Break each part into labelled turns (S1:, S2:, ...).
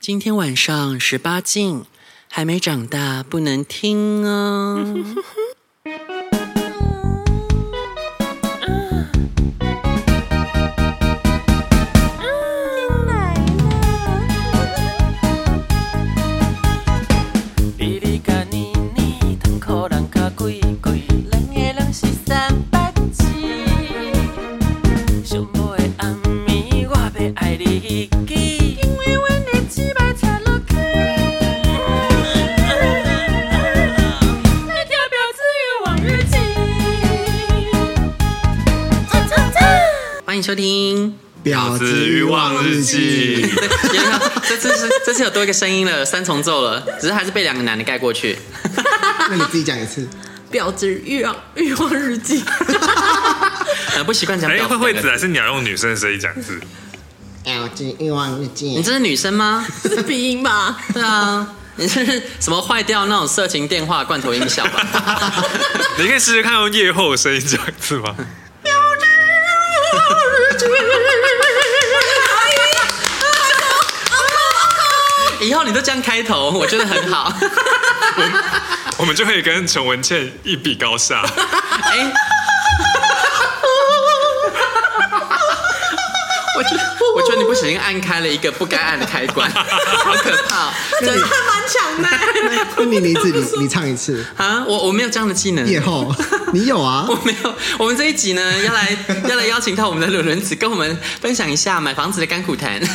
S1: 今天晚上十八禁，还没长大不能听哦。
S2: 你你甲你你，当苦人较贵贵，两个人是三八子。寂寞的暗暝，我要爱你一记。因为阮的翅膀拆落去。来跳表子与往日情。叉叉叉。
S1: 欢迎收听。
S3: 哦
S4: 婊子欲望日
S1: 有
S4: 记，
S1: 没有这次是这次有多一个声音了，三重奏了，只是还是被两个男的盖过去。
S4: 那你自己讲一次。
S5: 婊子欲望欲望日记，
S1: 很呃不习惯讲
S3: 哎、
S1: 婊
S3: 慧慧
S1: 两个
S3: 子还是你要用女生的声音讲字？
S4: 婊子欲望日记
S1: 你，这是女生吗？
S5: 这是 鼻音吧？
S1: 对啊，你是什么坏掉那种色情电话罐头音效吧？
S3: 你可以试试看用夜后的声音讲字 吗？
S1: 以后你都这样开头，我觉得很好。
S3: 我们就可以跟陈文茜一比高下。
S1: 哎、我觉得，我觉得你不小心按开了一个不该按的开关，好可怕哦
S5: 真的蛮强的。
S4: 那你你自己你唱一次。
S1: 啊！我我没有这样的技能。
S4: 夜后，你有啊？
S1: 我没有，我们这一集呢，要来要来邀请到我们的伦伦子，跟我们分享一下买房子的甘苦谈。
S5: 你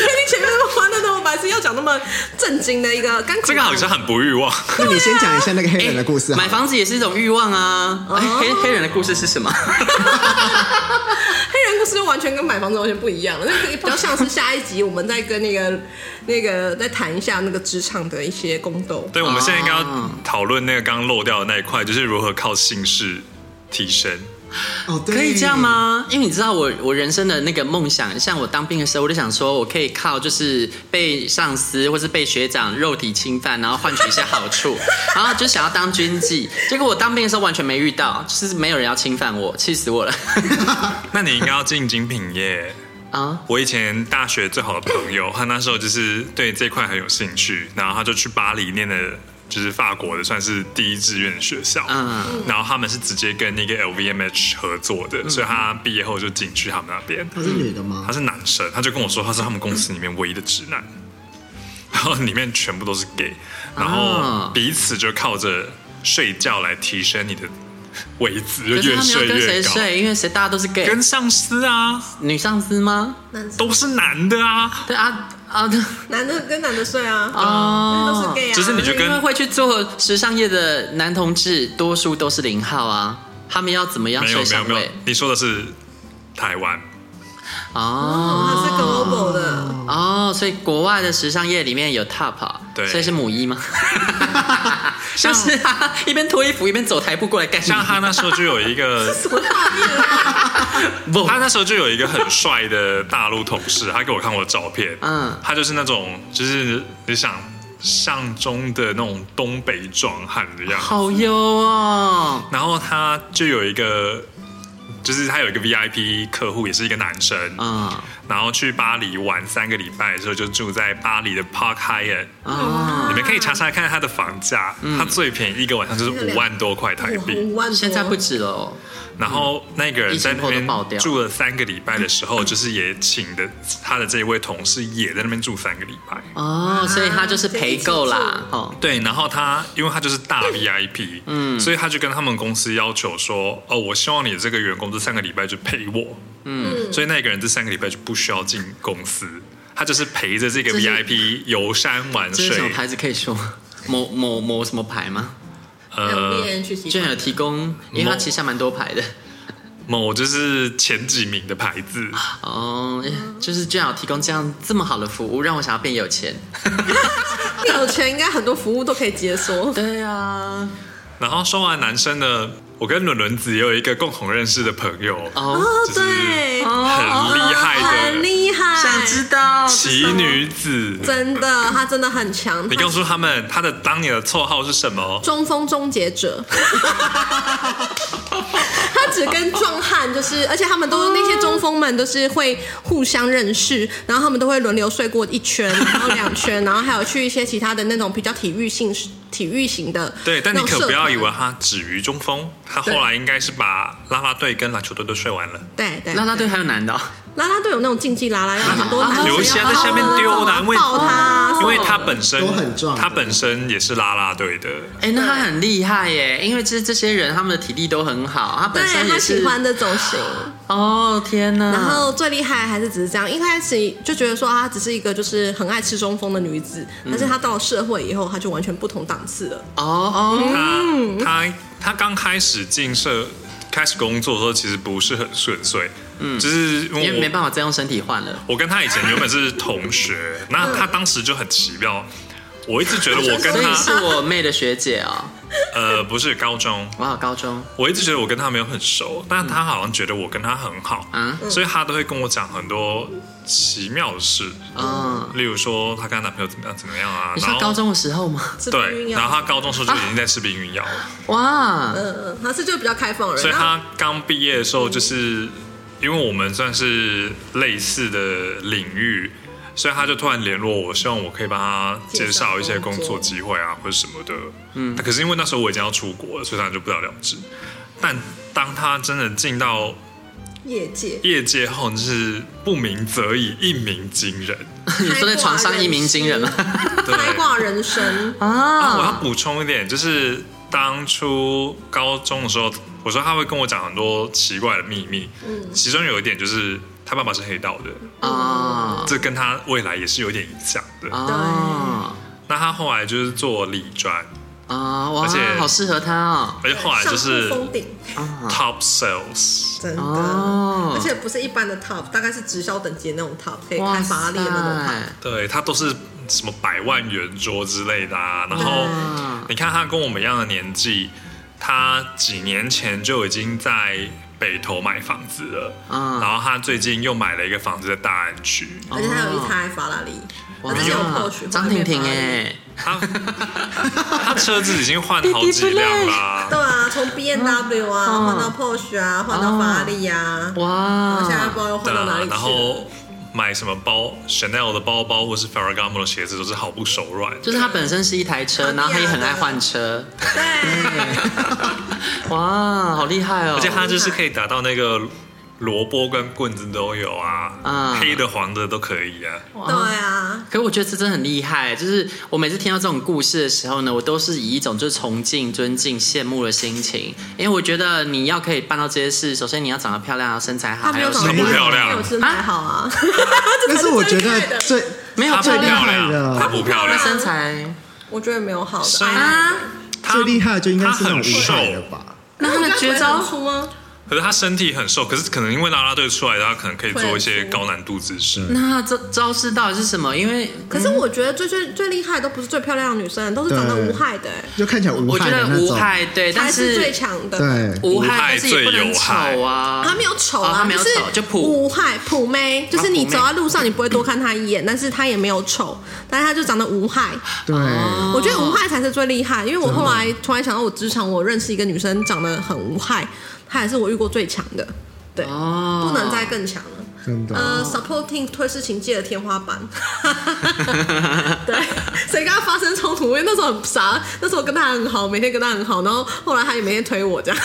S5: 确定前面那么玩的那么白痴，要讲那么震惊的一个干
S3: 这个好像很不欲望，
S4: 那你啊先讲一下那个黑人的故事
S1: 哎
S4: 好
S1: 买
S4: 了。哦
S1: 房子也是一种欲望啊！哎黑黑人的故事是什么？
S5: 黑人故事就完全跟买房子完全不一样了， 那个比较像是下一集我们再跟那个那个再谈一下那个职场的一些宫斗。
S3: 对，我们现在应该要讨论那个刚刚漏掉的那一块，就是如何靠姓氏提升。
S4: 哦，对
S1: 可以这样？吗？因为你知道我我人生的那个梦想，像我当兵的时候，我就想说我可以靠就是被上司或是被学长肉体侵犯，然后换取一些好 处，然后就想要当军妓。结果我当兵的时候完全没遇到，就是没有人要侵犯我，气死我 了
S3: 那你应该要进精品业。
S1: 啊！
S3: 我以前大学最好的朋友，他那时候就是对这块很有兴趣，然后他就去巴黎念的，就是法国的，算是第一志愿的学校。
S1: 嗯嗯
S3: 嗯，然后他们是直接跟那个 LVMH 合作的，所以他毕业后就进去他们那边。
S4: 她是女的吗
S3: 他？是男生，他就跟我说他是他们公司里面唯一的直男，然后里面全部都是 gay，然后
S1: 啊
S3: 彼此就靠着睡觉来提升你的位子，就
S1: 可是
S3: 越
S1: 他们要
S3: 睡
S1: 跟谁
S3: 越高。
S1: 睡？因为谁大家都是 gay，
S3: 跟上司啊，
S1: 女上司吗？
S3: 都是男的啊，
S1: 对啊啊对
S5: 男的跟男的睡啊，因为都是
S1: 哦。
S5: gay 啊。
S3: 只是你就
S1: 因为
S3: 跟
S1: 会去做时尚业的男同志，多数都是零号啊。他们要怎么样
S3: 没
S1: 睡
S3: 有没有
S1: 上
S3: 没有
S1: 位？，
S3: 你说的是台湾，
S1: 哦，
S5: 他是 global 的，
S1: 哦，所以国外的时尚业里面有 top，啊
S3: 对
S1: 所以是母一 吗？就是啊，一边脱衣服一边走台步过来干什
S3: 像
S1: 么？
S3: 他那时候就有一个
S1: 不
S3: 他那时候就有一个很帅的大陆同事，他给我看我的照片，
S1: 嗯
S3: 嗯，他就是那种就是你想上中的那种东北壮汉的样子，
S1: 好优哦，
S3: 然后他就有一个。就是他有一个 VIP 客户，也是一个男生，
S1: 嗯
S3: 然后去巴黎玩三个礼拜的时候，就住在巴黎的 Park Hyatt，、
S1: 啊，
S3: 你们可以查查看他的房价，他最便宜一个晚上就是五万多块台币，
S5: 五万多。
S1: 现在不止了哦，
S3: 然后那个人在那
S1: 疫情
S3: 边
S1: 后都爆掉
S3: 住了三个礼拜的时候，就是也请的他的这一位同事也在那边住三个礼拜。
S1: 哦，所以他就是陪购啦，哦，
S3: 对，然后他因为他就是大 VIP，嗯，所以他就跟他们公司要求说，哦，我希望你这个员工这三个礼拜就陪我，嗯，所以那个人这三个礼拜就不需要进公司，他就是陪着这个
S1: 这是
S3: VIP 游山玩
S1: 这是什么
S3: 水，
S1: 牌子可以说吗？某某某什么牌吗？
S3: 呃，
S5: 去洗
S1: 居然有提供，因为它旗下蛮多牌的
S3: 某就是前几名的牌子，
S1: 哦，就是居然有提供这样这么好的服务，让我想要变有钱。
S5: 有钱应该很多服务都可以解锁。
S1: 对啊，
S3: 然后说完男生呢，我跟伦伦子也有一个共同认识的朋友，
S1: 哦，
S5: 哦，
S3: 就是
S5: 对，
S3: 很厉害
S5: 很
S3: 的
S5: 厉害，
S1: 想知道
S3: 奇女子。
S5: 真的，他真的很强。
S3: 你告诉他们，她的 当年的绰号是什么？
S5: 中锋终结者，他只跟壮汉就是，而且他们都那些中锋们都是会互相认识，然后他们都会轮流睡过一圈，然后两圈，然后还有去一些其他的那种比较体育性、体育型的
S3: 对，但你
S5: 那种
S3: 可
S5: 社
S3: 不要
S5: 团
S3: 以为他止于中锋，他后来应该是把啦啦队跟篮球队都睡完了。
S5: 对对
S1: 啦啦队还有男的哦、
S5: 拉拉队有那种竞技拉拉，要很多男生
S3: 刘翔在下面丢
S5: 的，
S3: 的，因为
S5: 抱
S1: 哦
S5: 他，
S3: 因为他本身
S4: 都很壮
S3: 他本身也是啦啦队的，
S1: 哎、那他很厉害耶，因为这这些人他们的体力都很好，他本身
S5: 对他
S1: 也
S5: 喜
S1: 是。
S5: 欢这种型。
S1: 哦，天
S3: 嗯
S1: 哪！
S5: 然后最厉害还是只是这样，一开始就觉得说她只是一个就是很爱吃中风的女子，
S3: 嗯
S5: 但是她到了社会以后，她就完全不同档次了。
S1: 哦哦，
S3: 他他他刚开始进社开始工作的时候，其实不是很顺遂，嗯，就是因
S1: 因为
S3: 为
S1: 没
S3: 我
S1: 办法再用身体换 了。
S3: 我跟他以前原本是同学，
S1: 嗯
S3: 那他当时就很奇妙，我一直觉得我跟
S1: 所以
S3: 他
S1: 是我妹的学姐哦，
S3: 呃不是高中，
S1: 我好高中，
S3: 我一直觉得我跟他没有很熟，但他好像觉得我跟他很好，
S1: 嗯
S3: 所以他都会跟我讲很多奇妙的事，
S1: 嗯，
S3: 例如说她跟她男朋友怎么样怎么样啊，
S1: 你是
S3: 然
S1: 她
S3: 后
S1: 高中的时候吗？
S5: 吃避孕
S3: 对，
S5: 药
S3: 然后她高中时候就已经在吃避孕药了，
S1: 哇，
S5: 嗯嗯，她是就比较开放的人，
S3: 所以
S5: 然后
S3: 她刚毕业的时候就是因为我们算是类似的领域，所以她就突然联络我，希望我可以帮她介绍一些工作机会啊或者什么的，嗯，可是因为那时候我已经要出国了，所以她就不了了之。但当她真的进到
S5: 业界
S3: 业界后，就是不鸣则已，一鸣惊人。
S1: 你说在床上一鸣惊人啊吗？
S3: 对
S5: 开挂人生，
S3: 啊，我要
S1: 啊，
S3: 补充一点，就是当初高中的时候，我说他会跟我讲很多奇怪的秘密，其中有一点就是他爸爸是黑道的，
S1: 啊
S3: 这跟他未来也是有点影响的。
S1: 啊
S3: 那他后来就是做理专，
S1: 啊！哇
S3: 而且，
S1: 好适合他哦。
S3: 而且后来就
S5: 上不
S3: 是
S5: 封顶，
S1: 啊
S3: top sales，
S5: 真的。
S1: 哦
S5: 而且不是一般的 top，大概是直销等级那种 top，可以开法拉利的那种 top。
S3: 对他都是什么百万圆桌之类的啊。然后你看他跟我们一样的年纪，他几年前就已经在北投买房子了，
S1: 嗯
S3: 然后他最近又买了一个房子在大安区。
S5: 而且他有一台法拉利，他之前有 Porsche，
S1: 张婷婷
S5: 后来变法拉利，
S1: 哎，
S3: 他他车子已经换好几辆啦、
S5: 对啊，从 B N W 啊
S1: 嗯
S5: 换到 Porsche 啊，换到法拉利啊，然后现在不知
S1: 哇，
S5: 道又换
S3: 对
S5: 到哪
S3: 啊
S5: 里，去
S3: 然
S5: 了。
S3: 后买什么包 Chanel 的包包或是 Ferragamo 的鞋子都是毫不手软。
S1: 就是他本身是一台车，然后他也很爱换车，嗯
S5: 对，
S1: 哇，好厉害哦！
S3: 而且它就是可以达到那个萝卜跟棍子都有啊，
S1: 嗯
S3: 黑的黄的都可以啊。
S5: 对啊，
S1: 可我觉得这真的很厉害，就是我每次听到这种故事的时候呢，我都是以一种就是崇敬、尊敬、羡慕的心情，因为我觉得你要可以办到这些事，首先你要长得漂亮，啊，身材好，
S5: 他
S1: 还
S5: 没
S1: 有
S5: 有
S1: 什
S5: 长
S1: 么
S5: 得
S3: 不漂亮
S5: 没有身材好啊。
S4: 但是我觉得最
S1: 没有
S3: 她不
S1: 漂
S3: 漂
S1: 亮，
S3: 亮，她不漂亮
S5: 她，
S1: 身材，
S5: 我觉得没有好的
S3: 身
S5: 啊，
S3: 她
S4: 最厉害的就应该是那种
S3: 她很
S4: 无
S3: 瘦，
S4: 害的吧？
S1: 那他的绝招嗯
S5: 出吗？
S3: 可是她身体很瘦，可是可能因为啦啦队出来的，她可能可以做一些高难度姿势。
S5: 嗯
S1: 那这招式到底是什么？因为
S5: 可是我觉得最最最厉害的都不是最漂亮的女生，都是长得无害的，欸
S4: 就看起来无
S1: 我觉
S4: 害的
S1: 得
S4: 那
S1: 无
S4: 种，
S1: 害，对，嗯但
S5: 才是最
S1: 是
S5: 强的。
S4: 对，
S1: 无
S3: 无害
S1: 害，但是也不
S3: 最
S1: 能
S3: 有害
S1: 丑啊，
S5: 他没有丑
S1: 哦
S5: 啊，
S1: 他没有
S5: 是
S1: 丑就普
S5: 无害普妹，就是你
S1: 普妹
S5: 走在路上你不会多看她一眼，但是她也没有丑，但是她就长得无害。
S4: 对，
S5: 我觉得无害才是最厉害，因为我后来突然想到，我职场我认识一个女生长得很无害，她也是我遇过最强的，对，
S1: 哦
S5: 不能再更强了。
S4: 真的。
S5: 呃，supporting 推事情界的天花板，对，所以跟他发生冲突，因为那时候很傻，那时候我跟他很好，每天跟他很好，然后后来他也每天推我这样，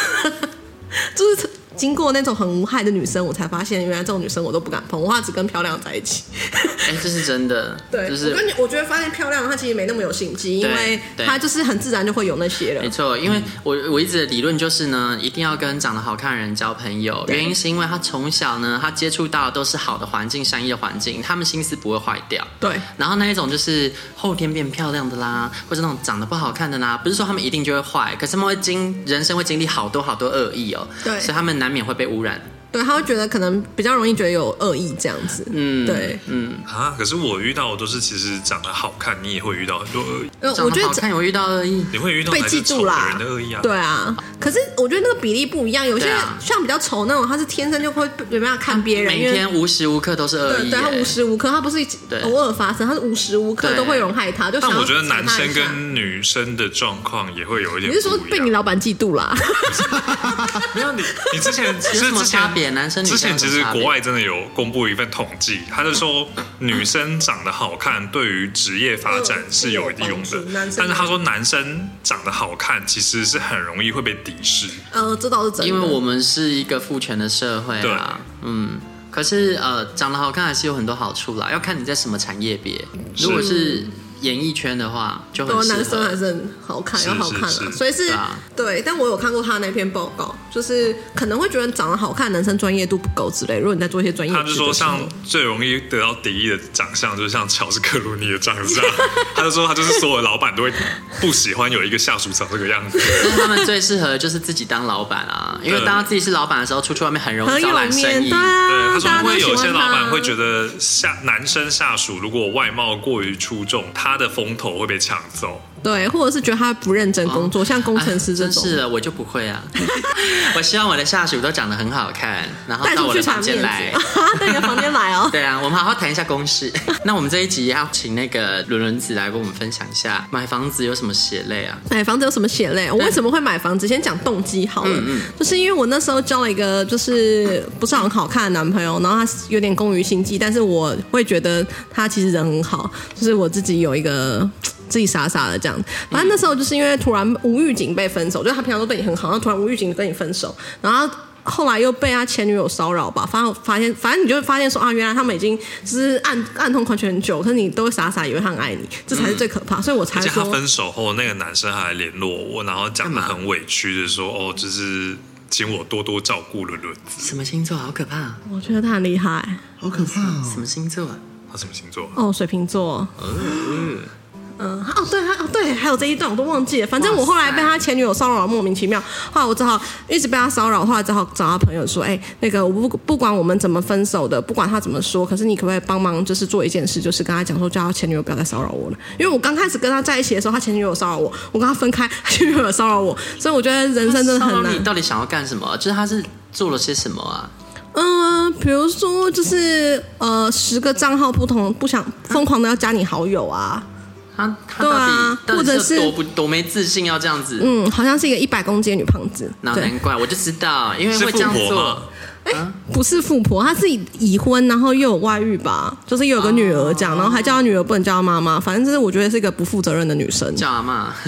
S5: 就是经过那种很无害的女生，我才发现原来这种女生我都不敢碰，我怕只跟漂亮在一起。
S1: 哎，这是真的，
S5: 对，
S1: 就
S5: 我跟
S1: 是。
S5: 你，我觉得发现漂亮，她其实没那么有心机，因
S1: 对
S5: 为
S1: 对
S5: 她就是很自然就会有那些了
S1: 没。错，因
S3: 嗯
S1: 为我我一直的理论就是呢，一定要跟长得好看的人交朋友。原因是因为他从小呢，他接触到的都是好的环境、善意的环境，他们心思不会坏掉。
S5: 对，
S1: 然后那一种就是后天变漂亮的啦，或者那种长得不好看的啦，不是说他们一定就会坏，可是他们会经人生会经历好多好多恶意哦，
S5: 对
S1: 所以他们难免会被污染。
S5: 对，他会觉得可能比较容易觉得有恶意这样子。嗯，对，
S3: 啊！可是我遇到的都是其实长得好看，你也会遇到很多恶意，
S5: 呃，
S1: 长
S5: 我
S1: 得
S5: 觉
S1: 好
S5: 得这
S1: 看有遇到恶意，
S3: 你会遇到
S5: 被
S3: 来
S5: 记
S3: 自丑
S5: 住
S3: 的
S5: 啦
S3: 人的恶意啊。
S5: 对啊，可是我觉得那个比例不一样，有些
S1: 对
S5: 人
S1: 啊
S5: 像比较丑那种，他是天生就会没办法看别人，
S1: 每
S5: 因为
S1: 天无时无刻都是恶
S5: 对
S1: 意，
S5: 对，他无时无刻，他不是
S1: 对
S5: 偶尔发生，他是无时无刻
S1: 对
S5: 都会有人害他，就想
S3: 但
S5: 要
S3: 我觉得
S5: 踩他
S3: 男生
S5: 一下
S3: 跟女生的状况也会有一点
S5: 你
S3: 不一
S5: 是
S3: 样。
S5: 说 被你老板嫉妒啦？
S3: 没有你，你之前其
S1: 有
S3: 实
S1: 什么
S3: 之前
S1: 差别男生女
S3: 之
S1: 生
S3: 前其
S1: 有什
S3: 实
S1: 么差别
S3: 国外真的有公布一份统计，他就说女生长得好看对于职业发展是有利用
S5: 嗯是有
S3: 的
S5: 帮助男，生
S3: 但是他说男生长得好看其实是很容易会被敌视。
S5: 呃，这倒是真的，
S1: 因为我们是一个父权的社会啊，嗯。可是呃，长得好看还是有很多好处啦，要看你在什么产业别。
S3: 是
S1: 如果是演艺圈的话，就很
S5: 对
S1: 适
S5: 哦男生还
S1: 合。
S5: 是很好看，
S3: 是
S5: 要好看
S3: 是
S5: 啊，
S3: 是
S5: 所以是
S1: 对啊
S5: 对。但我有看过他那篇报告，就是可能会觉得长得好看的男生专业度不够之类。如果你在做一些专业，
S3: 他就说，像最容易得到敌意的长相，就是像乔治克鲁尼的长 相。他就说，他就是所有的老板都会不喜欢有一个下属长这个样子。
S1: 但他们最适合就是自己当老板啊，因为
S3: 对
S1: 当他自己是老板的时候，出去外面很容
S5: 很
S1: 易招
S5: 有
S1: 揽生
S5: 面，
S1: 意
S5: 对。啊，
S3: 对，他说
S5: 大家
S3: 因
S5: 都
S3: 为
S5: 喜
S3: 有
S5: 欢
S3: 些老板
S5: 他
S3: 会觉得下男生下属如果外貌过于出众，他的风头会被抢走。
S5: 对，或者是觉得他不认真工
S3: 哦
S5: 作，像工程师这
S1: 哎真
S3: 啊
S5: 种，
S1: 是的，我就不会啊。 我希望我的下属都长得很好看，然后
S5: 带
S1: 到
S5: 出
S1: 我
S5: 去
S1: 的
S5: 场
S1: 房
S5: 面
S1: 间
S5: 子
S1: 来。，
S5: 到你的房间来哦。
S1: 对啊，我们好好谈一下公式。 那我们这一集要请那个伦伦子来跟我们分享一下买房子有什么血泪啊？
S5: 买房子有什么血泪？啊我为什么会买房子？先讲动机好了，
S3: 嗯
S5: 就是因为我那时候交了一个就是不是很好看的男朋友，然后他有点工于心计，但是我会觉得他其实人很好，就是我自己有一个。自己傻傻的这样，反正那时候就是因为突然无预警被分手，就他平常都对你很好，然后突然无预警跟你分手，然后后来又被他前女友骚扰吧，发发现，反正你就会发现说啊，原来他们已经就是暗暗通款曲很久，可是你都会傻傻以为他很爱你，这才是最可怕，所以我才
S3: 而且他
S5: 说
S3: 分手后，那个男生还联络我，然后讲的
S1: 干嘛
S3: 很委屈的说：“哦，就是请我多多照顾伦伦。
S1: 什么星座？好可怕、啊！
S5: 我觉得他很厉害
S4: 好可怕
S1: 什
S4: 哦！
S1: 么星座啊？”
S3: 他什么星座？
S5: 哦，水瓶座。嗯，哦，对，他哦，对，还有这一段我都忘记了。反正我后来被他前女友骚扰，莫名其妙。后来我只好一直被他骚扰，后来只好找他朋友说：“哎、那个我不不管我们怎么分手的，不管他怎么说，可是你可不可以帮忙，就是做一件事，就是跟他讲说，叫他前女友不要再骚扰我了。因为我刚开始跟他在一起的时候，他前女友骚扰我，我跟他分开，他前女友骚扰我，所以我觉得人生真的很
S1: 骚扰
S5: 难
S1: 你。到底想要干什么？就是他是做了些什么啊？
S5: 嗯，比如说就是呃，十个账号不同，不想疯狂的要加你好友啊。
S1: 他他
S5: 对
S1: 到底、
S5: 啊
S1: 到底
S5: 或者
S1: 是有
S5: 是
S1: 多不多没自信要这样子？
S5: 嗯，好像是一个一百公斤的女胖子。
S1: 那嗯
S5: 对哎
S1: 难，怪我就知道，因为
S3: 是
S1: 会
S3: 富
S1: 这样
S3: 婆吗
S1: 做。？
S5: 不是富婆，她是已婚，然后又有外遇吧，就是又有个女儿这
S1: 哦
S5: 样，然后还叫她女儿不能叫她妈妈，反正就是我觉得是一个不负责任的女生。
S1: 叫阿妈，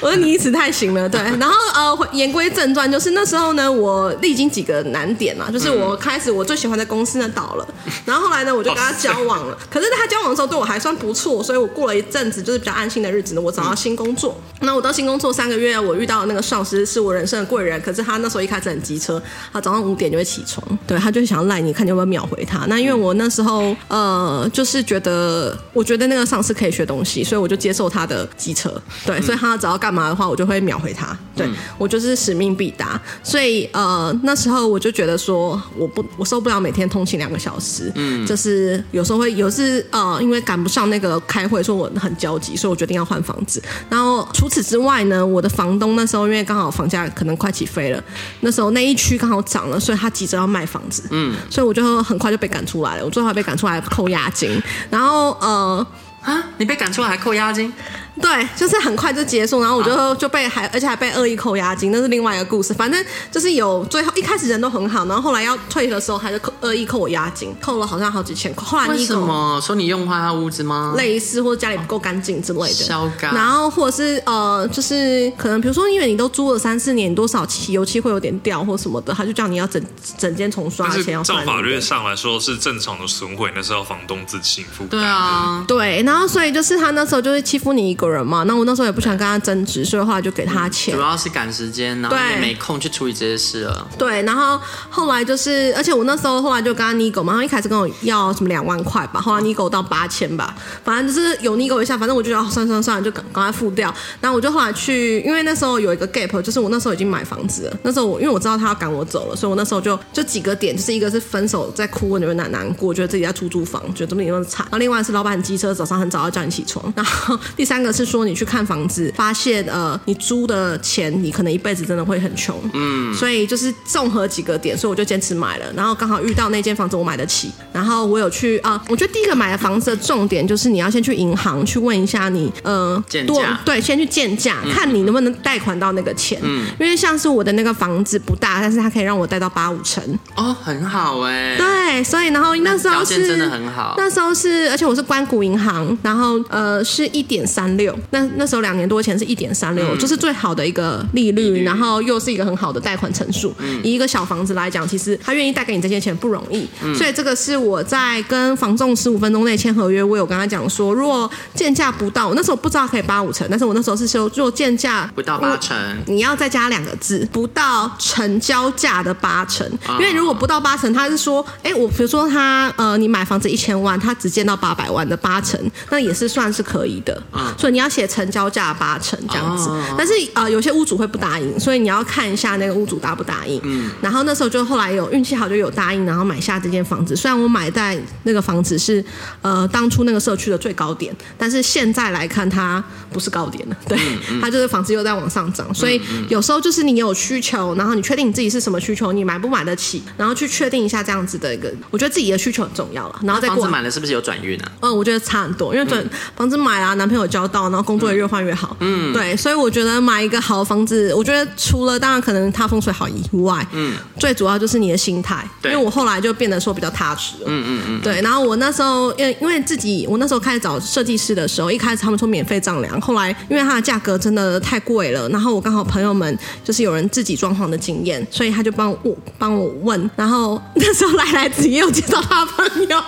S5: 我说你一直太行了，对。然后呃，回言归正传，就是那时候呢，我历经几个难点嘛，就是我开始我最喜欢的公司呢倒了，然后后来呢，我就跟他交往了。可是他交往的时候对我还算不错，所以我过了一阵子就是比较安心的日子呢，我找到新工作。那我到新工作三个月，我遇到的那个上司是我人生的贵人，可是他那时候一开始很机车，他早上五点就会起床，对他就想要赖你，看你要不要秒回他。那因为我那时候呃，就是觉得我觉得那个上司可以学东西，所以我就接受他的机车，对，所以他只要干嘛的话，我就会秒回他，对、我就是使命必达。所以呃，那时候我就觉得说，我不我受不了每天通勤两个小时，嗯，就是有时候会有是呃，因为赶不上那个开会，说我很焦急，所以我决定要换房子。然后除此之外呢，我的房东那时候因为刚好房价可能快起飞了，那时候那一区刚好涨了，所以他急着要卖房子，嗯，所以我就很快就被赶出来了，我最后还被赶出来扣押金，然后呃。
S1: 啊，你被赶出来还扣押金，
S5: 对，就是很快就结束，然后我就、就被还，而且还被恶意扣押金，那是另外一个故事。反正就是有最后一开始人都很好，然后后来要退的时候，他就扣恶意扣我押金，扣了好像好几千块。后来
S1: 为
S5: 你
S1: 什么说你用坏他屋子吗？
S5: 类似或者家里不够干净之类的，
S1: 烧干
S5: 然后或者是呃，就是可能比如说，因为你都租了三四年，你多少漆油漆会有点掉或什么的，他就叫你要整整间重刷，
S3: 但
S5: 而
S3: 是
S5: 且要
S3: 照
S5: 算
S3: 法律上来说是正常的损毁，那是要房东自行负担。
S1: 对啊，
S5: 对，然后所以就是他那时候就会欺负你一个个人嘛，那我那时候也不想跟他争执，所以后来就给他钱
S1: 主。要是赶时间，然后
S5: 对
S1: 也没空去处理这些事了。
S5: 对，然后后来就是，而且我那时候后来就跟他 Nigo 嘛，他一开始跟我要什么两万块吧，后来 Nigo 到八千吧，反正就是有 Nigo 一下，反正我就觉得、哦、算算算了，就赶赶快付掉。然后我就后来去，因为那时候有一个 gap，就是我那时候已经买房子了，那时候我因为我知道他要赶我走了，所以我那时候就就几个点，就是一个是分手在哭，我觉得难难过，觉得自己在出租房，觉得这么地方惨。然后另外是老板很机车，早上很早要叫你起床。然后第三个是说你去看房子，发现呃你租的钱你可能一辈子真的会很穷，嗯，所以就是综合几个点，所以我就坚持买了。然后刚好遇到那间房子我买得起，然后我有去啊、我觉得第一个买的房子的重点就是你要先去银行去问一下你呃
S1: 鉴
S5: 多
S1: 价
S5: 对，先去见价，看你能不能贷款到那个钱，因为像是我的那个房子不大，但是它可以让我贷到八五成，
S1: 哦，很好哎、
S5: 对，所以然后那时候
S1: 条件
S5: 是
S1: 真的很好
S5: 那时候是，而且我是关谷银行，然后呃是一点三六，那那时候两年多前是一点三
S1: 嗯
S5: 六，就是最好的一个利率，然后又是一个很好的贷款成数。
S1: 嗯
S5: 以一个小房子来讲，其实他愿意贷给你这些钱不容易，
S1: 嗯
S5: 所以这个是我在跟房仲十五分钟内签合约，我有跟他讲说，如果建价不到，我那时候不知道可以八五成，但是我那时候是说，如果建价
S1: 不到八成
S5: 你要再加两个字，不到成交价的八成。因为如果不到八成，他是说，哎、我比如说他呃，你买房子一千万，他只见到八百万的八成，那也是算是可以的。所以你要写成交价八成这样子。
S1: 哦
S5: 但是呃，有些屋主会不答应，所以你要看一下那个屋主答不答应。嗯。然后那时候就后来有运气好，就有答应，然后买下这间房子。虽然我买在那个房子是呃当初那个社区的最高点，但是现在来看它不是高点了， 对，它就是房子又在往上涨。所以有时候就是你有需求，然后你确定你自己是什么需求，你买不买得起，然后去确定一下这样子的一个，我觉得自己的需求很重要了，然后再
S1: 房
S5: 过
S1: 子
S5: 来
S1: 买了是不是有转运啊？
S5: 嗯，我觉得差很多，因为准、房子买啦、男朋友交到，然后工作也越换越好。嗯，对，所以我觉得买一个好的房子，我觉得除了当然可能它风水好以外，嗯，最主要就是你的心态。
S1: 对
S5: 因为我后来就变得说比较踏实了。嗯嗯嗯。对，然后我那时候因为因为自己，我那时候开始找设计师的时候，一开始他们说免费丈量，后来因为它的价格真的太贵了，然后我刚好朋友们就是有人自己装潢的经验，所以他就帮我帮我问，然后那时候来来子也有介绍他朋友。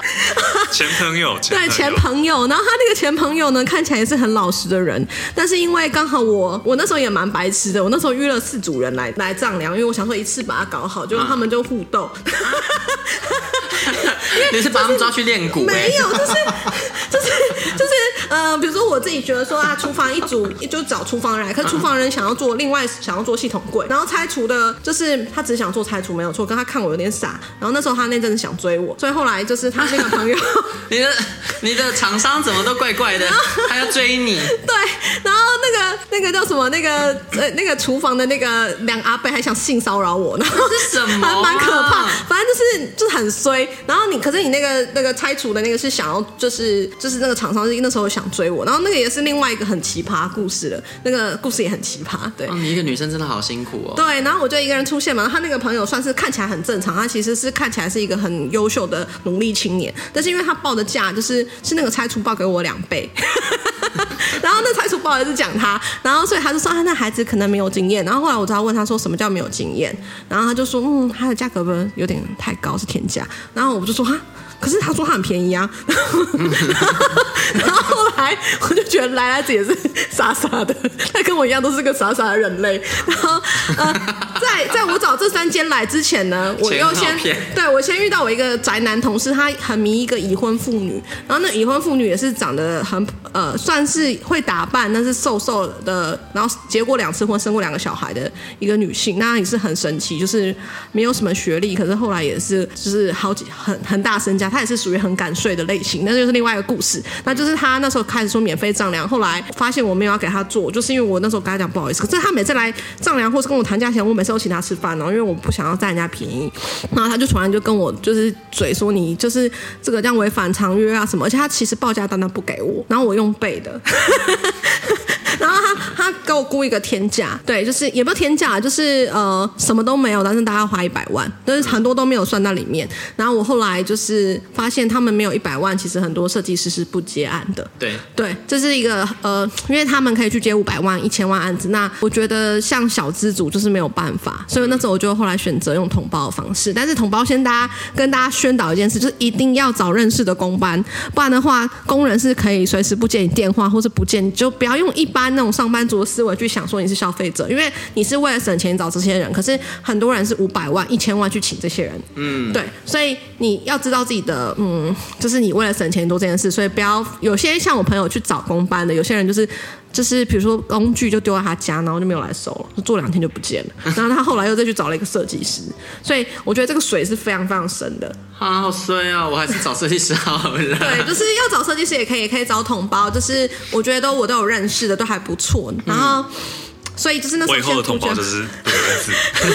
S3: 前朋友，
S5: 对前朋友，然后他那个前朋友呢，看起来也是很老实的人，但是因为刚好我我那时候也蛮白痴的，我那时候约了四组人来来丈量，因为我想说一次把它搞好，结果他们就互斗，
S1: 你是把他们抓去练骨、欸？
S5: 没有，就是就是就是呃，比如说我自己觉得说啊，厨房一组就找厨房人来，可是厨房人想要做另外想要做系统柜，然后拆除的，就是他只想做拆除没有错，跟他看我有点傻，然后那时候他那阵子想追我，所以后来就是他那个朋友。
S1: 你的你的厂商怎么都怪 怪的，还要追你？
S5: 对，然后那个那个叫什么？那个呃，那个厨房的那个两阿伯还想性骚扰我，然后
S1: 是什么啊
S5: 还蛮可怕。反正就是就是很衰。然后你可是你那个那个拆除的那个是想要就是就是那个厂商是那时候想追我，然后那个也是另外一个很奇葩故事了，那个故事也很奇葩，对。
S1: 哦，你一个女生真的好辛苦哦。
S5: 对，然后我就一个人出现嘛，然后他那个朋友算是看起来很正常，他其实是看起来是一个很优秀的努力青年，但是因为他报的价就是是那个拆除报给我两倍， 然后那拆除报也是讲他，然后所以他就说啊他那孩子可能没有经验，然后后来我就要问他说什么叫没有经验，然后他就说嗯，他的价格不有点太高，是天价，然后我就说哈。可是他说他很便宜啊，然后后来我就觉得来来子也是傻傻的，他跟我一样都是个傻傻的人类。然后呃，在在我找这三间来之前呢，我
S1: 钱
S5: 又
S1: 好
S5: 先
S1: 骗
S5: 对我先遇到我一个宅男同事，他很迷一个已婚妇女，然后那已婚妇女也是长得很呃，算是会打扮，但是瘦瘦的，然后结过两次婚，生过两个小孩的一个女性，那也是很神奇，就是没有什么学历，可是后来也是就是好几很很大身家，她也是属于很敢睡的类型，那就是另外一个故事。那就是她那时候开始说免费丈量，后来发现我没有要给她做，就是因为我那时候跟她讲不好意思，可是她每次来丈量或是跟我谈价钱，我每次都请她吃饭，然后因为我不想要占人家便宜，然后她就突然就跟我就是嘴说你就是这个这样违反常约啊什么，而且她其实报价单她不给我，然后我用背的。 然后他他给我估一个天价，对，就是也不是天价，就是呃什么都没有，但是大概花一百万，但是很多都没有算到里面。然后我后来就是发现他们没有一百万，其实很多设计师是不接案的。
S1: 对，
S5: 对，这是一个呃，因为他们可以去接五百万、一千万案子，那我觉得像小资族就是没有办法，所以那时候我就后来选择用统包的方式。但是统包先大家跟大家宣导一件事，就是一定要找认识的工班，不然的话，工人是可以随时不接你电话，或是不见你就不要用一般那种上班族的思维去想说你是消费者，因为你是为了省钱找这些人，可是很多人是五百万、一千万去请这些人，嗯，对，所以你要知道自己的嗯，就是你为了省钱做这件事，所以不要有些像我朋友去找工班的，有些人就是。就是比如说工具就丢在他家，然后就没有来收了，就做两天就不见 了。然后他后来又再去找了一个设计师，所以我觉得这个水是非常非常深 的。
S1: 啊，好衰哦，我还是找设计师好了。
S5: 对，就是要找设计师也可以，也可以找统包，就是我觉得都我都有认识的，都还不错。然后，所以就是那时
S3: 嗯
S5: 候
S3: 我以后
S5: 先
S3: 的同
S5: 不觉
S3: 胞
S5: 得
S3: 就是对儿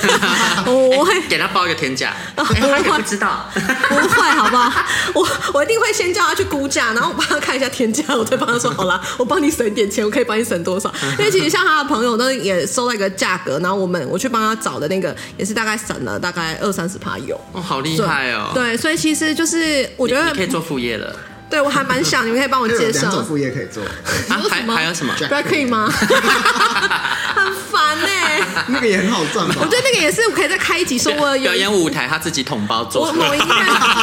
S3: 子，
S5: 我会。
S1: 给他报一个天 价，
S5: 我
S1: 哎他也
S5: 会
S1: 不知道。
S5: 不会，好不好？我我一定会先叫他去估价，然后我帮他看一下天价，我再帮他说好啦，我帮你省一点钱，我可以帮你 省多少？因为其实像他的朋友都也收到一个价格，然后我们我去帮他找的那个也是大概省了大概二三十趴有。
S1: 哦，好厉害哦！
S5: 对，所以其实就是我
S1: 你，
S5: 觉
S1: 你可以
S5: 得，
S1: 做副业了
S5: 对我还蛮想，你们可以帮我
S4: 就有
S5: 介
S4: 哦两
S5: 绍。
S4: 种副业可以做，
S1: 啊？
S5: 说
S1: 还
S5: 什么
S1: 还有什么？
S4: Jack
S5: 不要可以吗？ 很烦呢、
S4: 那个也很好赚吧
S5: 我？觉得那个也是，我可以再开一集说我有
S1: 表演舞台，他自己统包做
S5: 我
S1: 出来，
S5: 某一任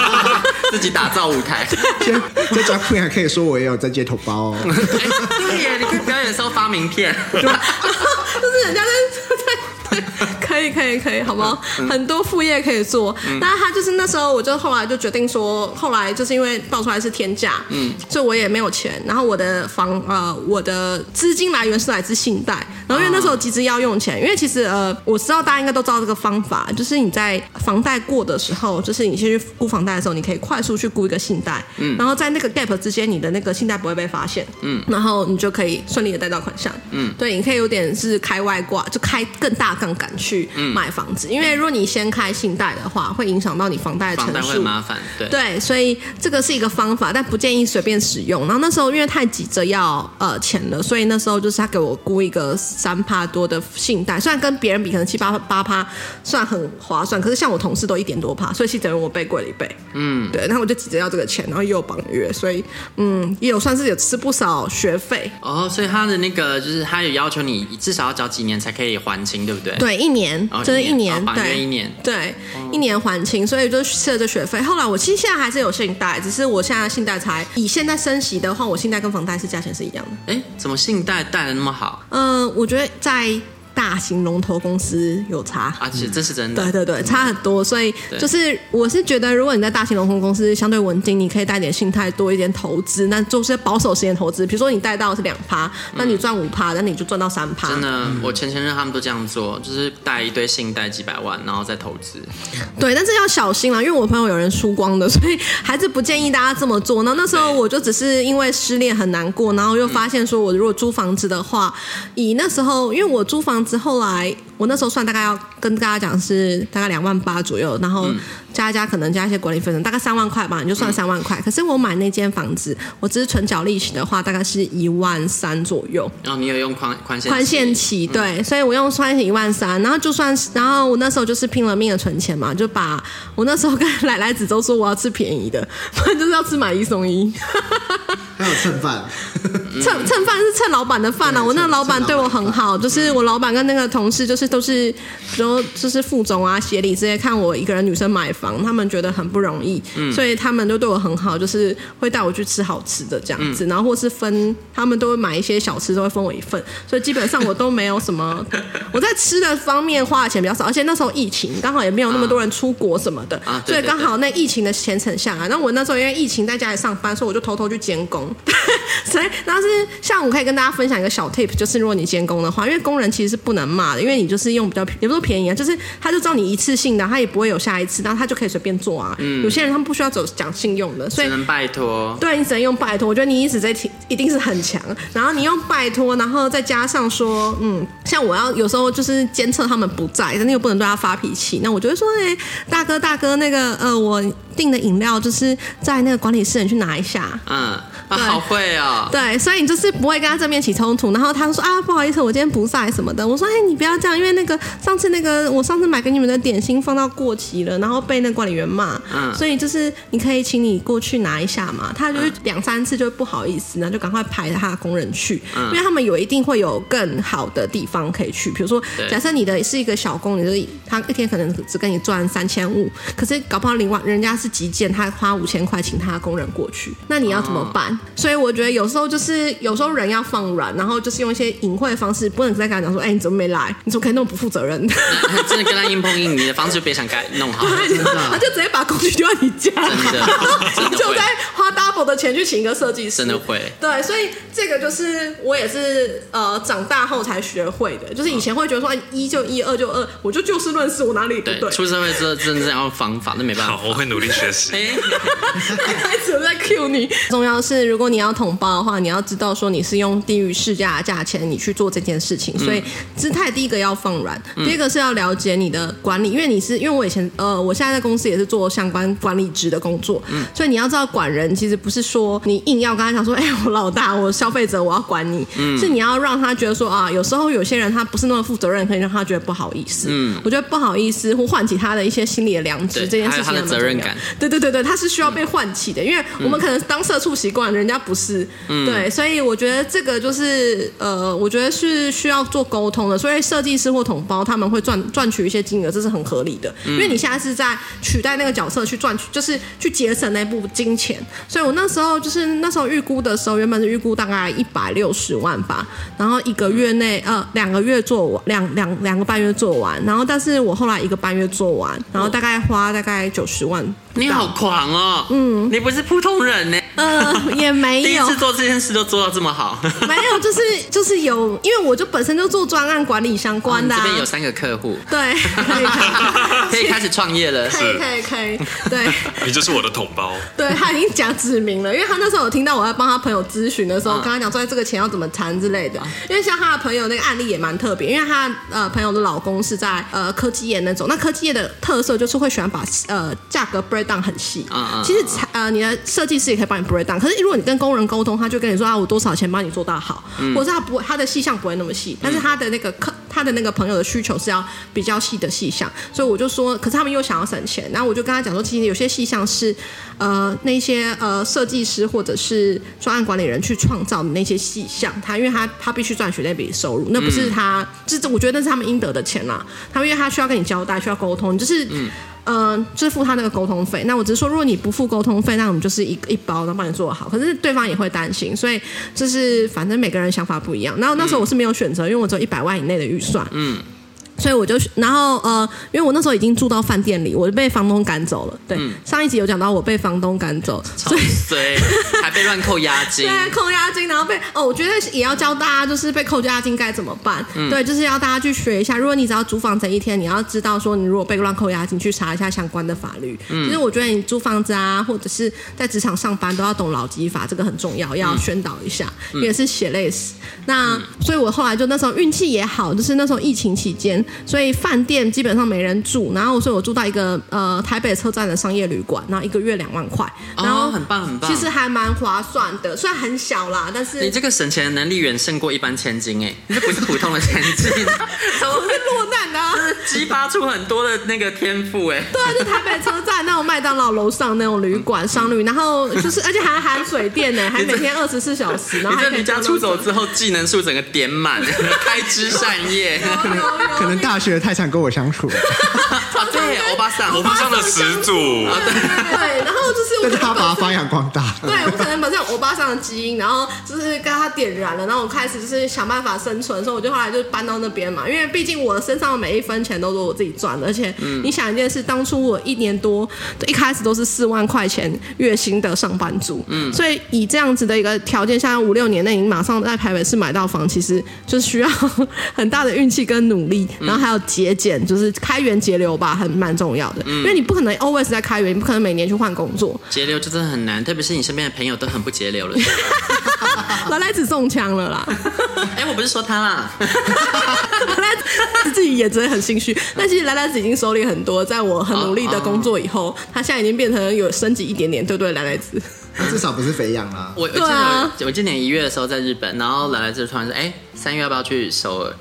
S1: 自己打造舞 台。
S4: 先在家 queen 还可以说我也有在接头包哦，
S1: 哎对耶，你可以表演的时候发名 片。
S5: 就是人家在在在，可以可以可以，好不好？很多副业可以做。那他就是那时候，我就后来就决定说，后来就是因为报出来是天价，嗯，所以我也没有钱。然后我的房呃，我的资金来源是来自信贷。然后因为那时候急着要用钱，因为其实呃，我知道大家应该都知道这个方法，就是你在房贷过的时候，就是你先去估房贷的时候，你可以快速去估一个信贷，嗯，然后在那个 gap 之间，你的那个信贷不会被发现，嗯，然后你就可以顺利的贷到款项，嗯，对，你可以有点是开外挂，就开更大杠杆去买房子，因为如果你先开信贷的话，会影响到你房贷的
S1: 房贷
S5: 成
S1: 会
S5: 数，
S1: 麻烦，对。
S5: 对，所以这个是一个方法，但不建议随便使用。然后那时候因为太急着要呃钱了，所以那时候就是他给我估一个三趴多的信贷，虽然跟别人比可能七八八趴算很划算，可是像我同事都一点多趴，所以其实等于我被贵了一倍。嗯，对，然后我就急着要这个钱，然后又有绑约，所以嗯，也有算是有吃不少学费。
S1: 哦，所以他的那个就是他有要求你至少要缴几年才可以还清，对不对？。
S5: 对，一年，
S1: 哦
S5: 就是
S1: 一
S5: 一
S1: 年
S5: 年
S1: 哦，绑约
S5: 对，
S1: 一年
S5: 对，一年还清，所以就设这学费。后来我其实现在还是有信贷，只是我现在信贷才以现在升息的话，我信贷跟房贷是价钱是一样的。
S1: 哎，怎么信贷贷的那么好
S5: 嗯、我觉得在大型龙头公司有差。
S1: 啊？其嗯实这是真的
S5: 对。对对，差很多，所以就是我是觉得，如果你在大型龙头公司相对稳定，你可以带点信贷多一点投资，那做些保守型的投资，比如说你贷到是两趴，那你赚五趴，那你就赚到三趴，
S1: 真的，我前前任他们都这样做，就是贷一堆信贷几百万，然后再投资。
S5: 对，但是要小心啦，因为我朋友有人输光的，所以还是不建议大家这么做。那那时候我就只是因为失恋很难过，然后又发现说，我如果租房子的话，以那时候因为我租房子，后来我那时候算大概要跟大家讲是大概两万八左右，然后加一加可能加一些管理费用，大概三万块吧，你就算三万块。可是我买那间房子，我只是纯缴利息的话，大概是一万三左右。
S1: 然后你有用宽宽限
S5: 宽限
S1: 期
S5: 期，对，所以我用宽限期一万三，然后就算是，然后我那时候就是拼了命的存钱嘛，就把我那时候跟奶奶子都说我要吃便宜的，不然就是要吃买一送一，
S4: 还有蹭 饭，
S5: 蹭蹭饭是蹭老板的饭啊，
S4: 对
S5: 我那
S4: 蹭
S5: 老板
S4: 蹭
S5: 对我
S4: 老板
S5: 很好，就是我老板跟那个同事就是都是，比如就是副总啊、协理之类，看我一个人女生买房，他们觉得很不容易，所以他们都对我很好，就是会带我去吃好吃的这样子，然后或是分，他们都会买一些小吃，都会分我一份，所以基本上我都没有什么，我在吃的方面花的钱比较少，而且那时候疫情刚好也没有那么多人出国什么的，
S1: 啊对
S5: 所以
S1: 对
S5: 刚
S1: 对
S5: 好。好，那疫情的钱省下来，啊那我那时候因为疫情在家里上班，所以我就偷偷去监工。 所以，然后是像我可以跟大家分享一个小 tip，就是如果你监工的话，因为工人其实是不能骂的，因为你就是用比较也不是说便宜啊，就是他就知道你一次性的，他也不会有下一次，然后他就可以随便做啊。有些人他们不需要走讲信用的，所以
S1: 只能拜托。
S5: 对你只能用拜托，我觉得你一直在挺，一定是很强。然后你用拜托，然后再加上说，嗯，像我要有时候就是监测他们不在，但是又不能对他发脾气，那我就会说，哎、大哥大哥，那个呃，我订的饮料，就是在那个管理室你去拿一下。
S1: 嗯，啊，好会哦。
S5: 对，所以你就是不会跟他正面起冲突。然后他说啊，不好意思，我今天不在什么的。我说，哎，你不要这样，因为那个上次那个我上次买给你们的点心放到过期了，然后被那管理员骂。
S1: 嗯
S5: 所以就是你可以请你过去拿一下嘛。他就是两三次就不好意思，然后就赶快排他的工人去，
S1: 嗯
S5: 因为他们有一定会有更好的地方可以去。比如说
S1: 对，
S5: 假设你的是一个小工，你就是他一天可能只跟你赚三千五，可是搞不好另外人家是急件，他花五千块请他的工人过去，那你要怎么
S1: 嗯
S5: 办？所以我觉得有时候就是有时候人要放软，然后就是用一些隐晦的方式，不能再跟他讲说，哎、你怎么没来？你怎么可以那么不负责任？
S1: 那 真的跟他硬碰硬，你的房子就别想改弄 好了。
S5: 啊他就直接把工具丢在你家，
S1: 真的
S5: 然后
S1: 真的
S5: 你就
S1: 会
S5: 在花 double 的钱去请一个设计师，
S1: 真的会
S5: 对，所以这个就是我也是呃长大后才学会的，就是以前会觉得说哎一就一，二就二，我就就事论事，我哪里不
S1: 对
S5: 对，？
S1: 出社会之后真的要方法，那没办法
S3: 好，。我会努力 学习。
S1: 哎，
S5: 开始在 Q 你。重要是，如果你要统包的话，你要知道说你是用低于市价的价钱你去做这件事情，所以姿态第一个要放软，
S1: 嗯
S5: 第二个是要了解你的管理，因为你是因为我以前呃，我现在在公司也是做相关管理职的工作，
S1: 嗯
S5: 所以你要知道管人其实不是说你硬要跟他讲说，哎、我老大，我消费者我要管你，
S1: 嗯
S5: 是你要让他觉得说啊，有时候有些人他不是那么负责任，可以让他觉得不好意思，我觉得不好意思或唤起他的一些心理的良
S1: 嗯
S5: 知
S1: 对
S5: 这件事情
S1: 还有他的
S5: 还蛮
S1: 责
S5: 重
S1: 任
S5: 要
S1: 感
S5: 对对对对，它是需要被唤起的，因为我们可能当社畜习惯，人家不是，对，所以我觉得这个就是呃，我觉得是需要做沟通的，所以设计师或统包他们会赚赚取一些金额，这是很合理的，因为你现在是在取代那个角色去赚取，就是去节省那部金钱，所以我那时候就是那时候预估的时候，原本是预估大概一百六十万吧，然后一个月内呃两个月做完，两两两个半月做完，然后但是我后来一个半月做完，然后大概花大概九十万。
S1: 你好狂哦！嗯，你不是普通人呢。
S5: 呃，
S1: 第
S5: 也没
S1: 一
S5: 有
S1: 次，做这件事都做到这么好。
S5: 没有，就是就是有，因为我就本身就做专案管理相关的、
S1: 哦这
S5: 啊，
S1: 边有三个客户，
S5: 对，可以
S1: 可以开始创业了。
S5: 可以可以可以可以，对。
S3: 你就是我的同胞，
S5: 对他已经讲指明了，因为他那时候有听到我在帮他朋友咨询的时候，
S1: 嗯
S5: 跟他讲说这个钱要怎么谈之类的。因为像他的朋友那个案例也蛮特别，因为他呃朋友的老公是在呃科技业那种，那科技业的特色就是会喜欢把呃价格 break down 很细。
S1: 嗯嗯
S5: 其实才呃你的设计师也可以帮你 break down，可是如果你跟工人沟通，他就跟你说啊我多少钱帮你做到好，或者他不会他的细项不会那么细，但是他的那个客他的那个朋友的需求是要比较细的细项，所以我就说，可是他们又想要省钱，然后我就跟他讲说，其实有些细项是，呃，那些呃设计师或者是专案管理人去创造的那些细项，他因为他他必须赚取那笔收入，那不是他，这、这我觉得那是他们应得的钱啦。他们因为他需要跟你交代，需要沟通，就是。呃，支付他那个沟通费。那我只是说，如果你不付沟通费，那我们就是一一包，然后帮你做好。可是对方也会担心，所以就是反正每个人想法不一样。然后那时候我是没有选择，因为我只有一百万以内的预算。嗯。所以我就，然后呃，因为我那时候已经住到饭店里，我就被房东赶走了。对，上一集有讲到我被房东赶走，所以
S1: 对，还被乱扣押金。哦
S5: 对，扣押金，然后被哦，我觉得也要教大家，就是被扣押金该怎么办。
S1: 嗯
S5: 对，就是要大家去学一下。如果你只要租房子一天，你要知道说，你如果被乱扣押金，去查一下相关的法律。
S1: 嗯
S5: 其实我觉得你租房子啊，或者是在职场上班，都要懂劳基法，这个很重要，
S1: 嗯
S5: 要宣导一下，也是血泪史。那、所以我后来就那时候运气也好，就是那时候疫情期间，所以饭店基本上没人住，然后所以我住到一个呃台北车站的商业旅馆，然后一个月两万块，然后、
S1: 哦很棒很棒
S5: 其实还蛮划算的，虽然很小啦，但是
S1: 你这个省钱的能力远胜过一般千金哎，你这不是普通的千 金，
S5: 我是落难的、啊。
S1: 激发出很多的那个天赋 哎。
S5: 对啊，就台北车站那种麦当劳楼上那种旅馆商旅，然后就是而且还含水电呢，还每天二十四小时，然
S1: 你
S5: 后还
S1: 在
S5: 可以
S1: 离家
S5: 当
S1: 出走
S5: 那种
S1: 之后，技能树整个点满，欸 开枝散叶。
S5: 有有有
S4: 可能大学太常跟我相处了，
S1: 啊，哦对，欧巴桑，
S3: 我巴上的始祖，
S5: 对，然后就是我
S4: 但是
S5: 可
S4: 他
S5: 能
S4: 把它
S5: 本身
S4: 发扬光大。
S5: 对我可能本身有欧巴桑的基因，然后就是跟他点燃了，然后我开始就是想办法生存，所以我就后来就搬到那边嘛，因为毕竟我身上的每一分钱都是我自己赚的，而且你想一件事，当初我一年多一开始都是四万块钱月薪的上班族，嗯，所以以这样子的一个条件下，五六年内你马上在台北市买到房，其实就是需要 很大的运气跟努力，然后还有节俭，就是开源节流吧，很蛮重要的，因为你不可能 always 在开源，你不可能每年去换工作，
S1: 节流就是的很难，特别是你身边的朋友都很不节流了。
S5: 来来子中枪了啦，
S1: 哎、我不是说他啦，
S5: 来来子自己也真的很心虚。但其实来来子已经收敛很多，在我很努力的工作以
S1: 哦
S5: 后，他现在已经变成有升级一点点，对不对？来来子，
S4: 至少不是肥羊啦。
S1: 我我记
S5: 对
S1: 得、
S5: 啊
S1: 我今年一月的时候在日本，然后来来就突然说，哎、三月要不要去首尔？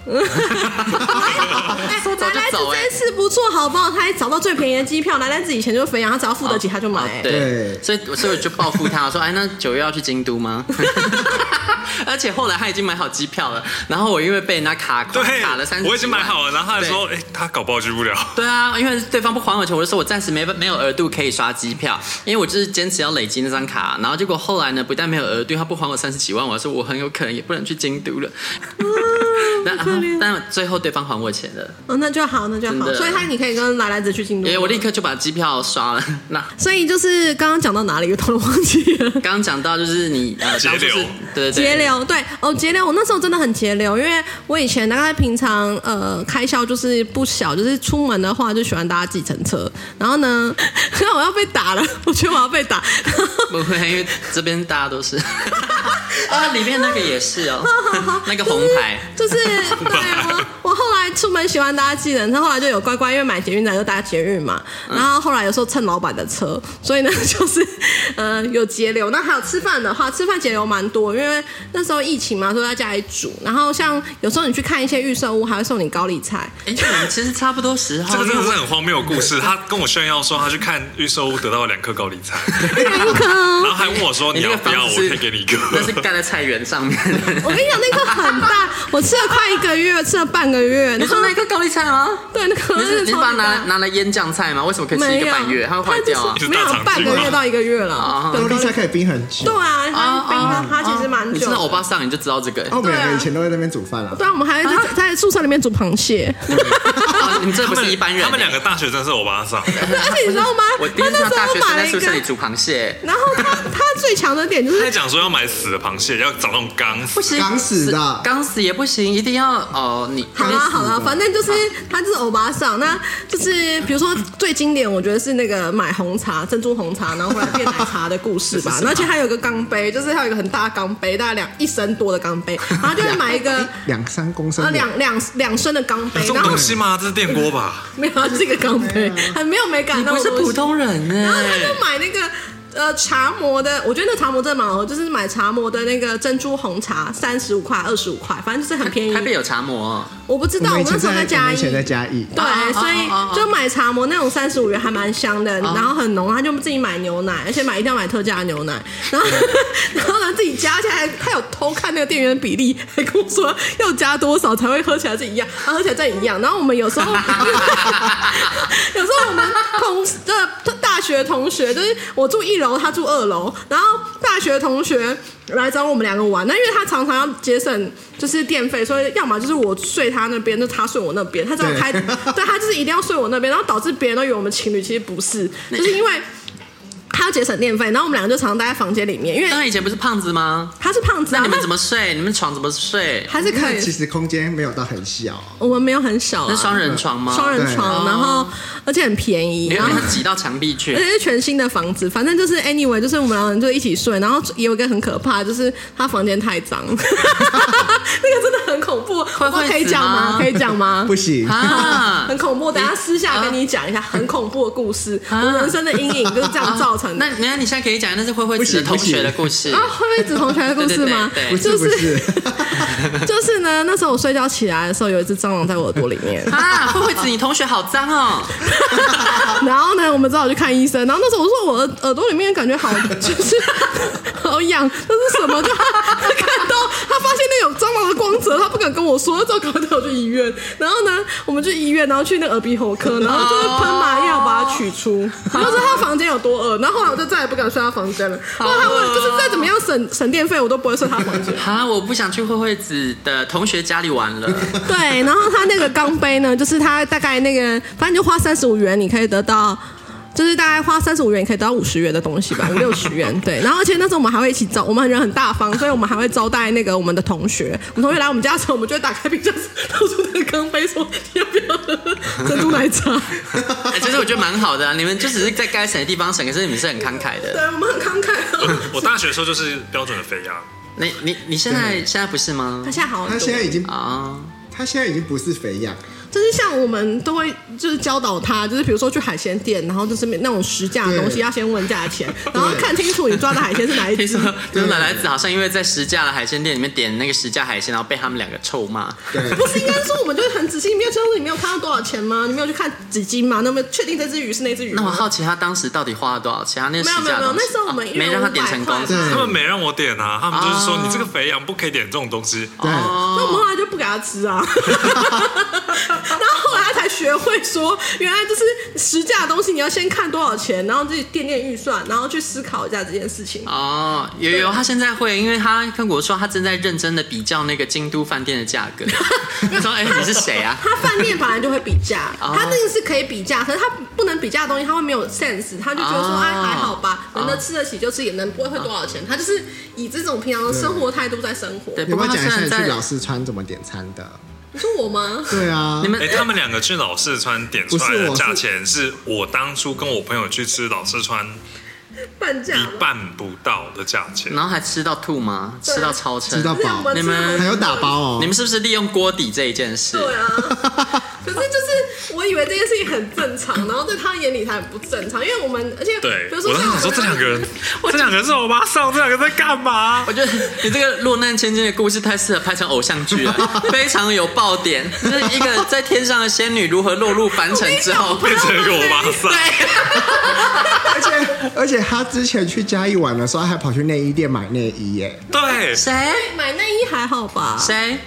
S5: 哎
S1: 说走
S5: 来来
S1: 就
S5: 子
S1: 走、哎
S5: 这。次不错，好不好？他还找到最便宜的机票，来来子以前就是肥羊，他只要付得起他就买、哎
S1: 哦对，
S4: 对
S1: 所以所以我就报复他，我说：“哎，那九月要去京都吗？” 而且后来他已经买好机票了，然后我因为被人家卡
S3: 对
S1: 款，卡了三，
S3: 我已经买好了，然后他还说，哎、他搞不好去不了。
S1: 对啊，因为对方不还我钱，我就说我暂时没没有额度可以刷机票，因为我就是坚持要累积那张卡。然后结果后来呢，不但没有额度，他不还我三十几万，我还说我很有可能也不能去京都了。
S5: 啊
S1: 但 但最后对方还我钱了，
S5: 哦，那就好，那就
S1: 真
S5: 好。
S1: 的
S5: 所以他你可以跟来来子去京都
S1: 因为
S5: 吗。
S1: 我立刻就把机票刷了。那
S5: 所以就是刚刚讲到哪里，我突然忘记了。
S1: 刚刚讲到就是你呃，
S3: 节流
S1: 当初是对对对，
S5: 节流，对哦，节流。我那时候真的很节流，因为我以前大概平常呃开销就是不小，就是出门的话就喜欢搭计程车。然后呢， 看我要被打了，我觉得我要被打。然后
S1: 不会，因为这边大家都是 啊，里面那个也是哦，那个红牌。
S5: 就是对我，我后来出门喜欢搭计程车，后来就有乖乖，因为买捷运站就搭捷运嘛。然后后来有时候蹭老板的车，所以呢就是呃有节流。那还有吃饭的话，吃饭节流蛮多，因为那时候疫情嘛，都在家里煮。然后像有时候你去看一些预售屋，还会送你高丽菜。
S1: 哎，我们其实差不多时候，
S3: 这个真的是很荒谬的故事。他跟我炫耀说，他去看预售屋得到了两颗高丽菜，然后还问我说：“
S1: 你
S3: 你
S1: 哎那
S3: 要
S1: 个
S3: 不要？
S1: 房
S3: 我
S1: 子
S3: 可
S1: 是
S3: 以给你一个。
S1: 那是盖在菜园上面。
S5: 我跟你讲，那个很大，我吃了快一个月，吃了半个月。
S1: 你
S5: 然后
S1: 说那个高丽菜吗？
S5: 对，那个
S1: 你是你
S5: 真的
S1: 是
S5: 超
S1: 把它
S5: 级
S1: 拿
S5: 大
S1: 来。拿来腌酱菜吗？为什么可以吃一
S5: 没
S1: 个
S5: 有，
S1: 半月？它会
S5: 它
S1: 坏
S5: 就
S1: 掉啊！
S5: 是
S3: 你是
S5: 没
S3: 大
S5: 有
S3: 肠
S5: 半个
S3: 菌
S5: 月
S3: 吗
S5: 到一个月了
S1: 啊。
S4: 高丽菜可以冰很久
S5: 对。啊，它
S1: 啊
S5: 冰它
S1: 啊
S5: 它其实蛮
S1: 你
S5: 久
S1: 真的欧
S5: 的。
S1: 巴桑，你就知道这个。
S4: 澳
S1: 哦，
S4: 门
S5: 对啊
S4: 人以前都在那边煮饭啦。
S5: 对啊，我们还在在宿舍里面煮螃 蟹，
S1: 你们这不是一般人欸。
S3: 他们两个大学生是欧巴桑，
S5: 而且你知道吗？
S1: 我第一
S5: 他
S1: 次
S5: 那
S1: 上
S5: 时
S1: 大
S5: 候
S1: 学生
S5: 买
S1: 在
S5: 了一
S1: 宿
S5: 个
S1: 舍里，煮螃蟹，
S5: 然后他他最强的点就
S3: 他还
S5: 是
S3: 讲说要买死的螃蟹，要找那种刚死啊
S1: 不。行，
S4: 刚死的
S1: 是刚死也不行，一定要哦，你
S5: 好啊啦好啦，
S4: 的
S5: 反正就是他就是欧巴桑，那就是比如说最经典，我觉得是那个买红茶珍珠红茶，然后后来变奶茶的故事 吧。而且还有一个钢杯，就是还有一个很大的钢杯，大概两一升多的钢杯，然后就会买 一个
S4: 两三公升
S5: 啊
S4: 的，
S5: 两两两升的钢杯
S1: 啊
S3: 这，种
S5: 然后
S3: 东西吗？这是电锅吧？
S5: 没有它是一个钢杯，很没有美感，
S1: 你不是
S5: 那种东
S1: 普
S5: 西
S1: 通人
S5: 然后他
S1: 哎
S5: 就。买那个呃茶魔的，我觉得那茶魔真的蛮好喝，就是买茶魔的那个珍珠红茶，三十五块、二十五块，反正就是很便宜
S1: 台。北有茶模，
S5: 我不知
S4: 我
S5: 道，我
S4: 们以
S5: 那
S4: 前
S5: 时候
S4: 在我
S5: 嘉
S4: 们以
S5: 义。
S4: 前在嘉义，
S5: 对
S1: 哦哦，
S5: 所
S1: 哦哦
S5: 以就买茶魔那种三十五元还蛮香的，然后很浓，他就自己买牛奶，而且买一定要买特价的牛奶，然后
S1: 嗯
S5: 然后呢自己加起来，他有偷看那个店员的比例，还跟我说要加多少才会喝起来是一样，然后喝起来再一样。然后我们有时候 有时候我们同呃大学同学，就是我住一楼，他住二楼，然后大学同学来找我们两个玩，那因为他常常要节省就是电费，所以要么就是我睡他那边，就他睡我那边，他只要 开，
S4: 对
S5: 对他就是一定要睡我那边，然后导致别人都以为我们情侣，其实不是，就是因为。他要节省电费，然后我们两个就常常待在房间里面，因
S1: 当
S5: 为
S1: 然以前不是胖子吗？
S5: 他是胖子、
S1: 那
S5: 啊，
S1: 你们
S5: 他
S1: 怎么 睡？你们床怎么睡？
S5: 还是可
S4: 那其
S5: 以？
S4: 实空间没有到很小，
S5: 我们没有很小、啊，
S1: 那双人床吗？哦
S5: 双人
S4: 对
S5: 床，然后而且很便宜，
S1: 你
S5: 然
S1: 会
S5: 后
S1: 被他挤到墙壁
S5: 而
S1: 去。
S5: 且是全新的房子，反正就是 anyway，就是我们两个人就一起睡，然后有一个很可怕，就是他房间太脏， 那个真的很恐怖，
S1: 会
S5: 我可以讲
S1: 死
S5: 吗？
S1: 吗
S5: 可以讲吗
S4: 不？行，
S1: 啊
S5: 很恐怖，等一下私下跟你讲一下很恐怖的故事，我人生的阴影就是这样造成的
S1: 那。那你现在可以讲那是慧慧
S4: 不
S1: 子
S4: 行
S1: 的同
S4: 不行
S1: 学的故事
S5: 啊，，慧慧子同学的故事吗？
S1: 对对
S4: 不
S1: 对
S4: 是
S5: 就
S4: 不是，
S5: 就是呢，那时候我睡觉起来的时候，有一只蟑螂在我耳朵里面。
S1: 啊，慧慧子你同学好脏 哦，
S5: 然后呢，我们只好去看医生。然后那时候我说我耳耳朵里面感觉好， 就是好痒，那是什么？就他他看到他发现那有蟑螂的光泽，他不敢跟我说，只好赶快带我去医院。然后呢，我们去医院，然后去那个耳鼻喉科，然后就是喷麻药把它取出。然后说他房间有多恶，然后后来我就再也不敢睡他房间了。然后他问，就是再怎么样省省电费，我都不会睡他房间。
S1: 啊，我不想去慧慧子的同学家里玩 了。
S5: 对，然后他那个钢杯呢，就是他大概那个，反正就花三十五元，你可以得到就是大概花三十五元可以得到五十元的东 西吧，五六十元。对，然后而且那时候我们还会一起招，我们人很大方，所以我们还会招待那个我们的同学。我们同学来我们家的时候，我们就会打开冰箱，掏出那个钢杯说：“你要不要喝珍珠奶 茶？”
S1: 哎其实我觉得蛮好的啊，你们就只是在该省的地方省，可是你们是很慷慨
S5: 对
S1: 的。，
S5: 我们很慷慨哦。
S3: 我大学的时候就是标准的肥羊，
S1: 你你你现在
S5: 嗯
S1: 现在不是吗
S5: 他？现在好
S4: 他
S5: 很多
S4: 现，在已经，
S1: 啊，
S4: 他现在已经不是肥羊，
S5: 就是像我们都会就是教导他，就是比如说去海鲜店，然后就是那种实价的东西
S4: 对
S5: 要先问价钱，然后看清楚你抓的海鲜是哪一
S1: 听
S5: 只
S1: 说。 就是奶奶子好像因为在十价的海鲜店里面点那个十价海鲜，然后被他们两个臭骂。
S4: 对，
S5: 不是应该说我们就是很仔细，你没有知道你没有看到多少钱吗？你没有去看几斤吗？那么确定这只鱼是那只鱼
S1: 那我
S5: 吗？
S1: 好奇他当时到底花了多少钱？他那个
S5: 没有
S1: 十
S5: 没有
S1: 价
S5: 没
S1: 的
S5: 有，
S1: 东西啊
S5: 那时候我们一
S1: 没
S5: 人
S1: 让他
S5: 500
S1: 点成功
S5: 块，
S4: 对
S3: 他们没让我点啊，他们就是说
S1: 啊
S3: 你这个肥羊不可以点这种东西。
S1: 哦
S5: 所
S4: 对，
S5: 以
S1: 嗯
S5: 我们后来就不给他 吃啊。然后后来他才学会说，原来就是实价的东西，你要先看多少钱，然后自己垫垫预算，然后去思考一下这件事情。
S1: 哦，有有，他现在会，因为他跟我说他正在认真的比较那个京都饭店的价 格。他说：“哎、你是谁啊
S5: 他饭店本来就会比价，
S1: 哦
S5: 他那个是可以比价，可是他不能比价的东西，他会没有 sense，他就觉得说，
S1: 哦
S5: 哎，还好吧，
S1: 哦
S5: 能得吃得起就吃，也能不会会多少钱，他就是以这种平常的生活态度在生活？”。
S1: 对，
S4: 要
S1: 不
S4: 不
S1: 过
S4: 要
S1: 他
S4: 讲
S1: 虽
S4: 一下
S1: 然
S4: 你去
S1: 在
S4: 老四川怎么点餐的？
S5: 你说我吗？
S4: 对啊
S1: 你，们
S3: 哎、他们两个去老四川点出来
S4: 不是
S3: 的
S4: 我是
S3: 价钱，是我当初跟我朋友去吃老四川
S5: 半价
S3: 一
S5: 吧，
S3: 半不到的价钱。
S1: 然后还吃到吐吗？
S5: 对啊
S1: 吃到超撑？
S4: 吃到
S5: 这样
S4: 饱
S5: 我，
S1: 你们
S4: 还有打包哦，
S1: 你们是不是利用锅底这一件事？
S5: 对啊，可是就是我以为这件事情很正常，然后在他眼里他很不正常，因为我们而且
S3: 对，
S5: 比如
S3: 我
S5: 说
S3: 当时
S5: 像
S3: 想说这两 个人，这两个人是我妈上，这两个在 干嘛？
S1: 我觉得你这个落难千金的故事太适合拍成偶像剧 了，非常有爆点，就是一个在天上的仙女如何落入凡尘之 后。
S3: 变成一个我妈上。
S4: 而且而且他之前去嘉义玩的时候，他还跑去内衣店买内衣耶。
S3: 对，
S1: 谁
S5: 买内衣还好吧？
S1: 谁？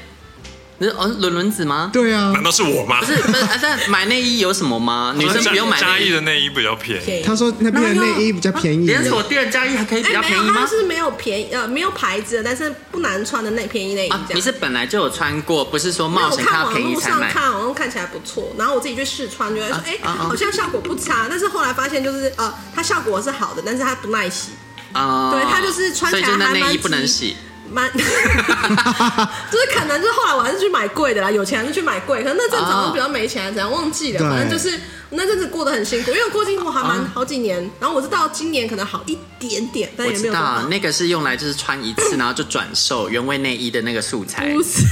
S1: 你是哦是伦伦子吗？
S4: 对啊
S3: 难，道是我妈？
S1: 不是不是，啊但买内衣有什么 吗？女生不用买
S3: 嘉
S1: 内
S3: 义
S1: 衣
S3: 的，内衣比较便宜，
S5: 便宜
S4: 他说那边的内衣比较便宜耶，
S1: 连锁店加一还可以比
S5: 哎，
S1: 较
S5: 没
S1: 便宜
S5: 有，
S1: 吗
S5: 他？是没有便宜呃没有牌子的，但是不难穿的那便宜内衣
S1: 啊，
S5: 这
S1: 你
S5: 样
S1: 是。本来就有穿过，不是说
S5: 没有
S1: 冒
S5: 我
S1: 险
S5: 看
S1: 它
S5: 网
S1: 便宜
S5: 络
S1: 才
S5: 上
S1: 买。
S5: 看，网络看起来不错，然后我自己去试穿，觉得说，
S1: 啊
S5: 哎、
S1: 啊啊
S5: 好像效果不差。但是后来发现，就是呃，它效果是好的，但是它不耐洗，
S1: 啊，
S5: 对它就是穿起
S1: 所
S5: 来
S1: 以就那
S5: 还蛮
S1: 内衣不能洗。
S5: 蛮， 就是可能就是后来我还是去买贵的啦，有钱还是去买贵，可能那阵子好像比较没钱还是怎样，忘记了，
S4: 对
S5: 反正就是那阵子过得很辛苦，因为我过辛苦还
S1: 啊
S5: 蛮好几年，然后我是到今年可能好一点点，但
S1: 我
S5: 也没
S1: 知
S5: 有多
S1: 道
S5: 好。
S1: 那个是用来就是穿一 次，然后就转售原味内衣的那个素材。
S5: 不是，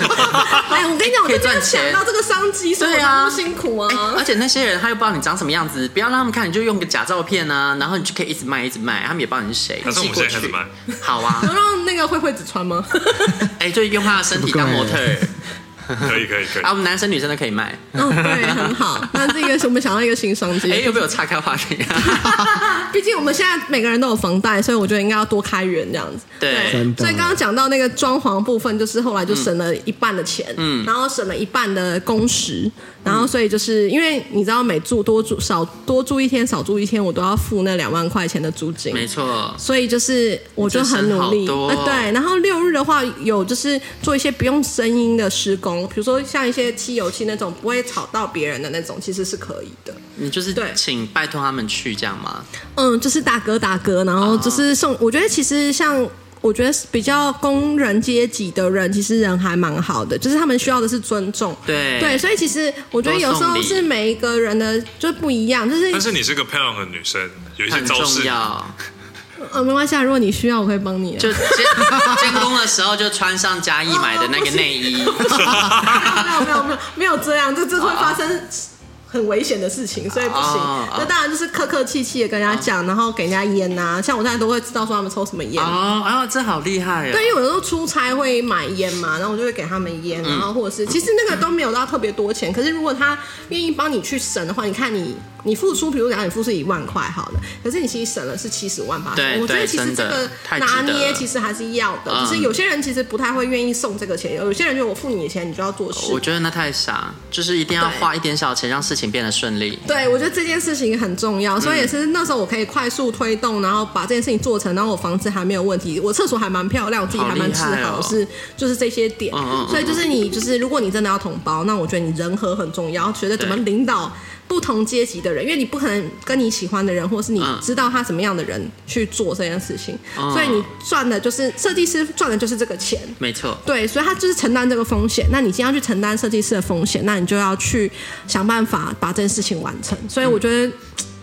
S5: 哎，我跟你讲，我
S1: 可以
S5: 真的
S1: 赚
S5: 想
S1: 钱
S5: 到这个商机，所以我
S1: 对
S5: 才
S1: 啊
S5: 那么辛苦啊
S1: 哎、。而且那些人他又不知道你长什么样子，不要让他们看，你就用个假照片啊，然后你就可以一直卖，一直卖，他们也不知道你是谁。
S3: 还是我
S1: 寄
S3: 们
S1: 过
S3: 现在开
S1: 去
S3: 始卖，
S1: 好啊，
S5: 能让那个慧慧子穿吗？
S1: 哎、就用他的身体当模特儿
S3: 可以可以可以
S1: 啊，。我们男生女生都可以卖。
S5: 嗯，对，很好。那这个是我们想到一个新商
S1: 哎、
S5: 机，
S1: 有没有岔开话 题、
S5: 毕竟我们现在每个人都有房贷，所以我觉得应该要多开源这样子。
S1: 对嗯
S4: 真的
S5: 所以刚刚讲到那个装潢部分，就是后来就省了一半的钱，嗯，然后省了一半的工时，然后所以就是因为你知道每住多住少多住一天少住一天，我都要付那两万块钱的租金，
S1: 没错，
S5: 所以就是我就很努
S1: 你真
S5: 力，
S1: 省好多
S5: 呃，对。然后六日的话，有就是做一些不用声音的施工，比如说像一些漆油漆那种不会吵到别人的那种，其实是可以的。
S1: 你就是
S5: 对
S1: 请拜托他们去这样吗？
S5: 嗯，就是打嗝打嗝，然后就是送。我觉得其实像。我觉得比较工人阶级的人，其实人还蛮好的，就是他们需要的是尊重。
S1: 对
S5: 对，所以其实我觉得有时
S1: 多送
S5: 候
S1: 礼
S5: 是每一个人的就不一样，就是
S3: 但是你是个漂亮的女生，有一些
S1: 很
S3: 招式
S1: 重，要，
S5: 呃，没关系，啊，如果你需要，我可以帮你啊。
S1: 就监 监工的时候就穿上嘉义买的那个内衣。
S5: 没有没有没有没有这样，这这会发
S1: 哦
S5: 生很危险的事情，所以不行
S1: 啊啊。
S5: 那当然就是客客气气的跟人家讲，然后给人家烟呐、像我现在都会知道说他们抽什么 烟。
S1: 哦，哦，这好厉害哦
S5: 对，！因为有时候出差会买烟嘛，然后我就会给他们烟，然
S1: 嗯
S5: 后或者是其实那个都没有到特别多钱，可是如果他愿意帮你去省的话，你看你你付出，比如讲你付出一万块好了，可是你其实省了是七十万八十
S1: 对
S5: 万，我觉得
S1: 对
S5: 其实
S1: 真
S5: 这
S1: 的
S5: 个
S1: 太值
S5: 拿
S1: 得
S5: 捏
S1: 了
S5: 其实还是要的，
S1: 嗯
S5: 就是有些人其实不太会愿意送这个钱，有些人觉得我付你的钱你就要做事，
S1: 我觉得那太傻，就是一定要
S5: 对
S1: 花一点小钱让事情变得顺利。
S5: 对，我觉得这件事情很重要，所以也是那时候我可以快速推动，然后把这件事情做成，然后我房子还没有问题，我厕所还蛮漂亮，我自己还蛮自
S1: 好厉害
S5: 豪，
S1: 哦
S5: 是就是这些点。
S1: 嗯嗯嗯
S5: 所以就是你就是如果你真的要同胞，那我觉得你人和很重要，学着怎么
S1: 对
S5: 领导不同阶级的人，因为你不可能跟你喜欢的人，或是你
S1: 嗯
S5: 知道他什么样的人去做这件事情，
S1: 哦
S5: 所以你赚的就是设计师赚的就是这个钱。
S1: 没错，
S5: 对，所以他就是承担这个风险。那你今天要去承担设计师的风险，那你就要去想办法把这件事情完成。所以我觉得、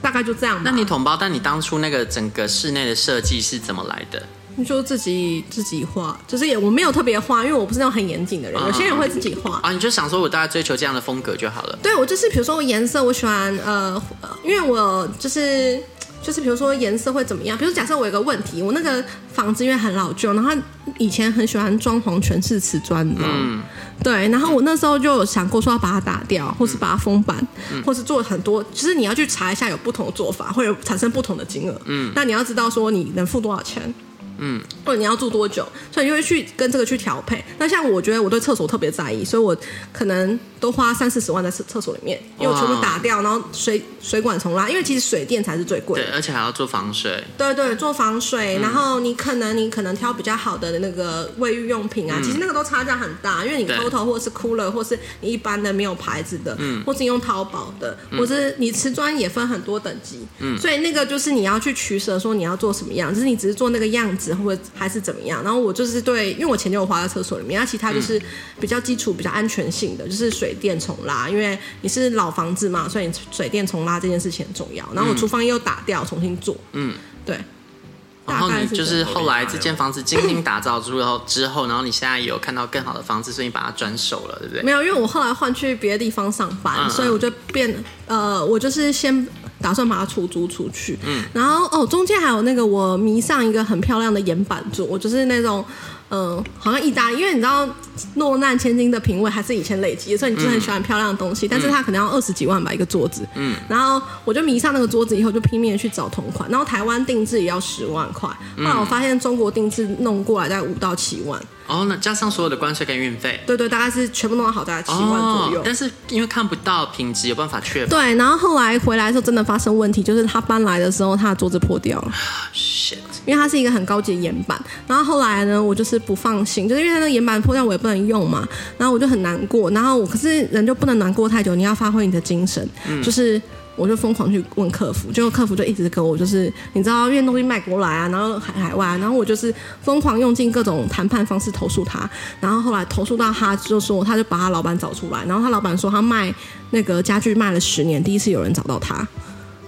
S5: 大概就这样吧。
S1: 嗯那你统包，但你当初那个整个室内的设计是怎么来的？
S5: 你就自己自己画，就是也我没有特别画，因为我不是那种很严谨的人。有些人会自己画，
S1: 啊，你就想说我大概追求这样的风格就好了。
S5: 对我就是比如说我颜色，我喜欢呃，呃因为我就是就是比如说颜色会怎么样？比如假设我有个问题，我那个房子因为很老旧，然后它以前很喜欢装潢全是瓷砖，你知道吗？对，然后我那时候就有想过说要把它打掉，或是把它封板，或是做很多，就是你要去查一下有不同的做法，会有产生不同的金额。嗯，那你要知道说你能付多少钱。或者你要住多久，所以你就会去跟这个去调配。那像我觉得我对厕所特别在意，所以我可能都花三四十万在厕厕所里面，因为我全部打掉，然后水水管重拉，因为其实水电才是最贵
S1: 对
S5: 的。，
S1: 而且还要做防水。
S5: 对对，做防水，然后你可能你可能挑比较好的那个卫浴用品啊，其实那个都差价很大，因为你
S1: 对
S5: Toto 或是 Cooler 或是你一般的没有牌子的，或是你用淘宝的，或是你瓷砖也分很多等级，所以那个就是你要去取舍，说你要做什么样，就是你只是做那个样子，或者还是怎么样。然后我就是对，因为我钱就有花在厕所里面，那啊其他就是比较基础、比较安全性的，就是水电重拉，因为你是老房子嘛，所以你水电重拉这件事情很重要。然后我厨房又打掉，重新做，嗯，对。
S1: 然后
S5: 大概
S1: 你
S5: 是
S1: 就
S5: 这
S1: 是
S5: 样
S1: 后来这间房子精心打造之后，之后，然后你现在有看到更好的房子，所以你把它转手了，对不对？
S5: 没有，因为我后来换去别的地方上班，
S1: 嗯嗯
S5: 所以我就变呃，我就是先打算把它出租出去。嗯，然后哦，中间还有那个我迷上一个很漂亮的岩板桌，我就是那种。嗯，好像意大利，因为你知道落难千金的品味还是以前累积的，所以
S1: 嗯
S5: 你就是很喜欢漂亮的东西。但是它可能要二十几万吧一个桌子，嗯，然后我就迷上那个桌子以后，就拼命地去找同款。然后台湾定制也要十万块，后
S1: 嗯
S5: 来我发现中国定制弄过来大概五到七万，
S1: 哦，那加上所有的关税跟运费，哦
S5: 对对，大概是全部弄到好大概七万左右。
S1: 但是因为看不到 品质，有办法确保。
S5: 对，然后后来回来的时候真的发生问题，就是他搬来的时候他的桌子破掉了，
S1: Shit，
S5: 因为它是一个很高级的岩板。然后后来呢，我就是不放心，就是因为那个岩板破掉我也不能用嘛，然后我就很难过。然后我可是人就不能难过太久，你要发挥你的精神，就是。我就疯狂去问客服，结果客服就一直跟我就是，你知道，因为东西卖国来啊，然后海海外、啊，然后我就是疯狂用尽各种谈判方式投诉他，然后后来投诉到他就说，他就把他老板找出来，然后他老板说他卖那个家具卖了十年，第一次有人找到他，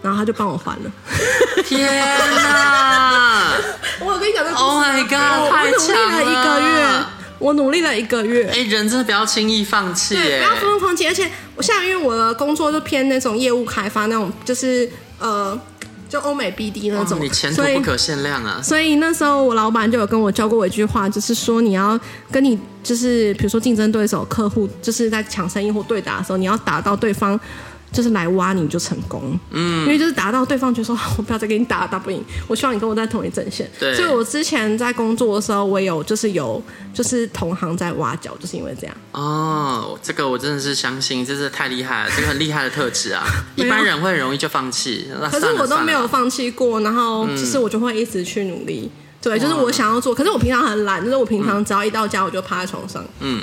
S5: 然后他就帮我还了。
S1: 天哪
S5: 我有跟你讲这个故事
S1: ！Oh my
S5: 我
S1: god，太
S5: 努力
S1: 强
S5: 了一个月，我努力了一个月。
S1: 哎，人真的不要轻易放弃，
S5: 对，
S1: 哎
S5: 不要疯狂起，而且我现在因为我的工作就偏那种业务开发那种，就是呃，就欧美 BD 那
S1: 哦
S5: 种，
S1: 你前途
S5: 所以
S1: 不可限量啊！
S5: 所以那时候我老板就有跟我教过我一句话，就是说你要跟你就是比如说竞争对手、客户，就是在抢生意或对打的时候，你要打到对方。就是来挖你就成功，嗯，因为就是打到对方觉得说，哦我不要再跟你打了，打不赢，我希望你跟我在同一阵线。
S1: 对
S5: 所以我之前在工作的时候，我有就是有就是同行在挖角，就是因为这样。
S1: 哦，这个我真的是相信，这是太厉害了，这个很厉害的特质 啊！一般人会容易就放弃，那
S5: 可
S1: 算
S5: 是
S1: 了
S5: 我都
S1: 算
S5: 没有
S1: 了
S5: 放弃过，然后就是我就会一直去努力。对，就是我想要做，可是我平常很懒，就是我平常只要一到家我就趴在床上。
S1: 嗯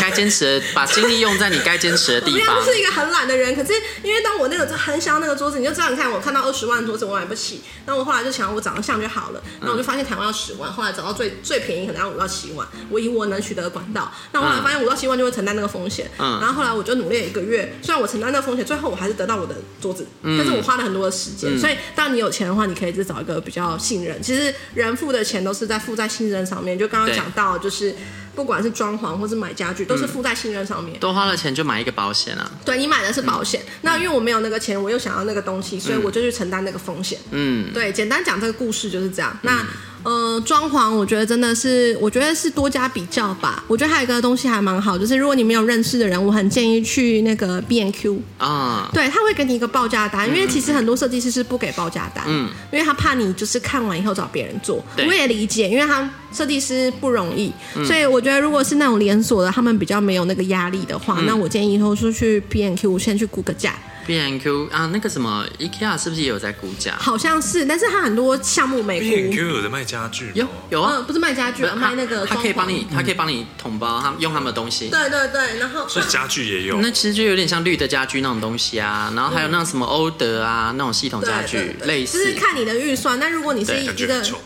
S1: 该坚持的，把精力用在你该坚持的
S5: 哎我
S1: 地
S5: 平常
S1: 方
S5: 就。是一个很懒的人，可是因为当我那个很想要那个桌子，你就知道，你看我看到二十万的桌子我买不起，那我后来就想我长得像就好了，
S1: 嗯
S5: 那我就发现台湾要十万，后来找到最最便宜可能要五到七万，我以我能取得的管道，那我后来发现五到七万就会承担那个风险，
S1: 嗯
S5: 然后后来我就努力了一个月，虽然我承担那个风险，最后我还是得到我的桌子，但是我花了很多的时
S1: 嗯
S5: 间，所以当你有钱的话，你可以去找一个比较信任，其实人付的钱都是在付在信任上面，就刚刚
S1: 对
S5: 讲到就是。不管是装潢或是买家具，都是付在信任上面。
S1: 多花了钱就买一个保险啊！
S5: 对你买的是保险，那因为我没有那个钱，我又想要那个东西，所以我就去承担那个风险。
S1: 嗯，
S5: 对，简单讲这个故事就是这样。那呃，装潢我觉得真的是，我觉得是多加比较吧。我觉得还有一个东西还蛮好，就是如果你没有认识的人，我很建议去那个 B N Q，
S1: 啊、
S5: 对他会给你一个报价单，因为其实很多设计师是不给报价单，
S1: 嗯
S5: 因为他怕你就是看完以后找别人做。
S1: 对嗯
S5: 我也理解，因为他设计师不容易，所以我觉得如果是那
S1: 嗯
S5: 种连锁的，他们比较没有那个压力的话，那我建议以后出去 B N Q 先去估个价。
S1: B N Q 啊，那个什么 IKEA 是不是也有在估价？
S5: 好像是，但是它很多项目没
S3: B N
S5: 估。
S3: Q 有的卖家具吗
S1: 有有啊
S5: 嗯，，不是卖家具啊，
S1: 它
S5: 卖那个
S1: 它
S5: 装
S1: 可以
S5: 潢。
S1: 帮你，它可以帮你统包，他们用他们的东西。
S5: 对对对，然后啊
S3: 所以家具也有。
S1: 那其实就有点像绿的家居那种东西啊，然后还有那种什么欧德啊那种系统
S5: 对
S1: 家
S5: 嗯对
S1: 具
S5: 对
S1: 类
S5: 就是
S1: 似。
S5: 看你的预算。但如果你是
S1: 对
S5: 一
S3: 感觉
S5: 个
S3: 很丑，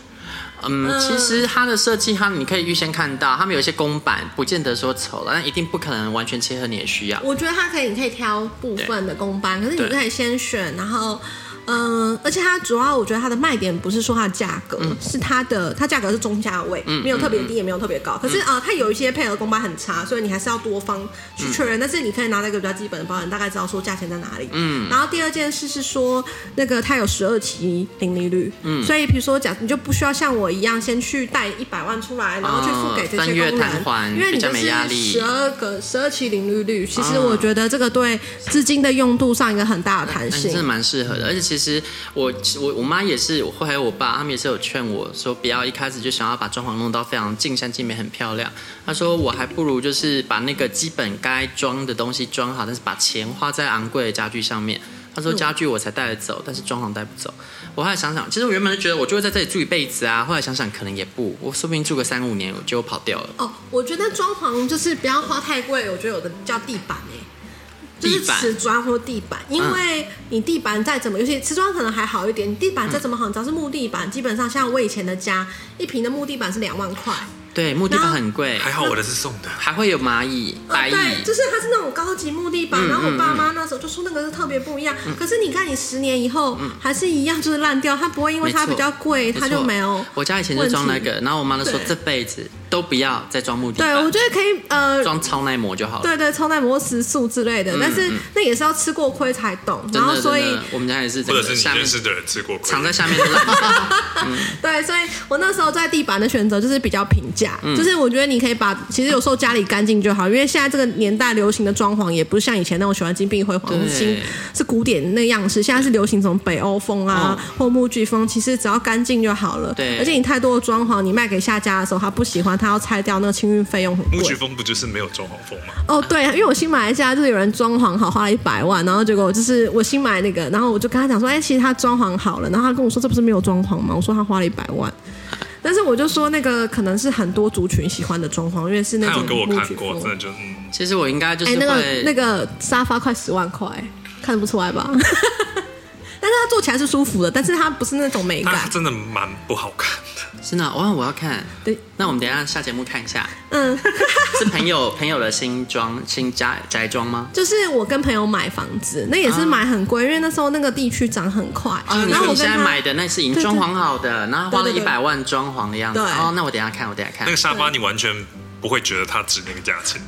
S1: 嗯，
S5: 嗯
S1: 其实它的设计，它你可以预先看到，他们有一些公版，不见得说丑了，但一定不可能完全切合你的需要。
S5: 我觉得它可以，你可以挑部分的公班，可是你
S1: 对
S5: 可以先选，然后。嗯，而且它主要我觉得它的卖点不是说它的价格，
S1: 嗯
S5: 是它的它价格是中价位，没有特别低，也没有特别
S1: 嗯
S5: 高。可是啊、呃它有一些配合公班很差，所以你还是要多方去确
S1: 嗯
S5: 认。但是你可以拿到一个比较基本的保险，大概知道说价钱在哪里。嗯。然后第二件事是说，那个它有十二期零利率，嗯，所以比如说假你就不需要像我一样先去贷一百万出来，然后去付给这
S1: 哦
S5: 些
S1: 分月
S5: 工
S1: 摊
S5: 人，
S1: 还
S5: 因为你
S1: 比较
S5: 就
S1: 没压
S5: 是
S1: 力
S5: 十二个十二期零利率，其
S1: 啊
S5: 实我觉得这个对资金的用度上一个很大的弹
S1: 但是真的
S5: 性。
S1: 蛮适合的，而且其实我我我妈也是，我还有我爸，他们也是有劝我说，不要一开始就想要把装潢弄到非常尽善尽美、很漂亮。他说我还不如就是把那个基本该装的东西装好，但是把钱花在昂贵的家具上面。他说家具我才带得走，但是装潢带不走。我后来想想，其实我原本就觉得我就会在这里住一辈子啊，后来想想可能也不，我说不定住个三五年我就跑掉了。
S5: 哦，我觉得装潢就是不要花太贵，我觉得有的叫地板哎、就是
S1: 地板
S5: 瓷砖或地板，因为你地板再怎么，尤其瓷砖可能还好一点，你地板再怎么好，你只要是木地板，基本上像我以前的家，一平的木地板是两万块，
S1: 对，木地板很贵，
S3: 还好我的是送的。
S1: 还会有蚂蚁、白
S5: 啊，
S1: 蚁。
S5: 对，就是它是那种高级木地板，
S1: 嗯
S5: 然后我爸妈那时候就说那个是特别不一样。可是你看，你十年以后、还是一样，就是烂掉，它不会因为
S1: 嗯没
S5: 它
S1: 错
S5: 比较贵，
S1: 没
S5: 它就
S1: 错
S5: 没有。
S1: 我家以前就装那个，然后我妈就说
S5: 对
S1: 这辈子都不要再装木地
S5: 对，
S1: 板，
S5: 我觉得可以，呃，
S1: 装超耐磨就好了。嗯
S5: 对对，超耐磨石塑之类的，但是那也是要吃过亏才懂。
S1: 真
S5: 然后
S1: 的
S5: 所
S1: 真
S5: 以
S1: 的，我们家也是
S3: 或
S1: 整
S3: 者
S1: 个
S3: 是
S1: 下
S3: 你
S1: 面
S3: 认识的人吃过亏，
S1: 藏在下 面的烂掉。
S5: 对，所以我那时候在地板的选择就是比较平价，
S1: 嗯
S5: 就是我觉得你可以把，其实有时候家里干净就好，因为现在这个年代流行的装潢也不是像以前那种喜欢金碧辉煌、
S1: 对
S5: 新是古典那样式，现在是流行什么北欧风啊、或木具风，其实只要干净就好了。
S1: 哦对
S5: 而且你太多的装潢，你卖给下家的时候他不喜欢，他要拆掉，那个清运费用很
S3: 木
S5: 贵
S3: 具。风不就是没有装潢风吗？
S5: 哦，对，因为我新买一家，就是有人装潢好，花了一百万，然后结果就是我新买那个，然后我就跟他讲说，哎，其实他装潢好了，然后他跟我说这不是没有装潢吗？我说他花了一百万，但是我就说那个可能是很多族群喜欢的装潢，因为是那
S3: 他
S5: 种
S3: 有给我
S5: 木
S3: 看
S5: 质
S3: 过，
S5: 风
S3: 真的就嗯，
S1: 其实我应哦该就是
S5: 哎，
S1: 会、
S5: 那个那个沙发快十万块，看不出来吧？ 但是它坐起来是舒服的，但是它不是那种美
S3: 他
S1: 啊
S5: 感。
S3: 真的蛮不好看的。
S1: 真的，哇，我要看。
S5: 对，
S1: 那我们等一下下节目看一下，
S5: 嗯，
S1: 是朋友朋友的新装新家宅装吗？
S5: 就是我跟朋友买房子，那也是买很贵，因为那时候那个地区涨很快。
S1: 啊，你
S5: 然
S1: 说
S5: 后
S1: 你
S5: 我跟
S1: 现在
S5: 他
S1: 买的那是已经
S5: 对对
S1: 装潢好的，然后花了
S5: 对
S1: 一
S5: 对对
S1: 百万装潢的样子。
S5: 对
S1: 哦，那我等一下看，我等一下看
S3: 那个。沙发你完全不会觉得它值那个价钱，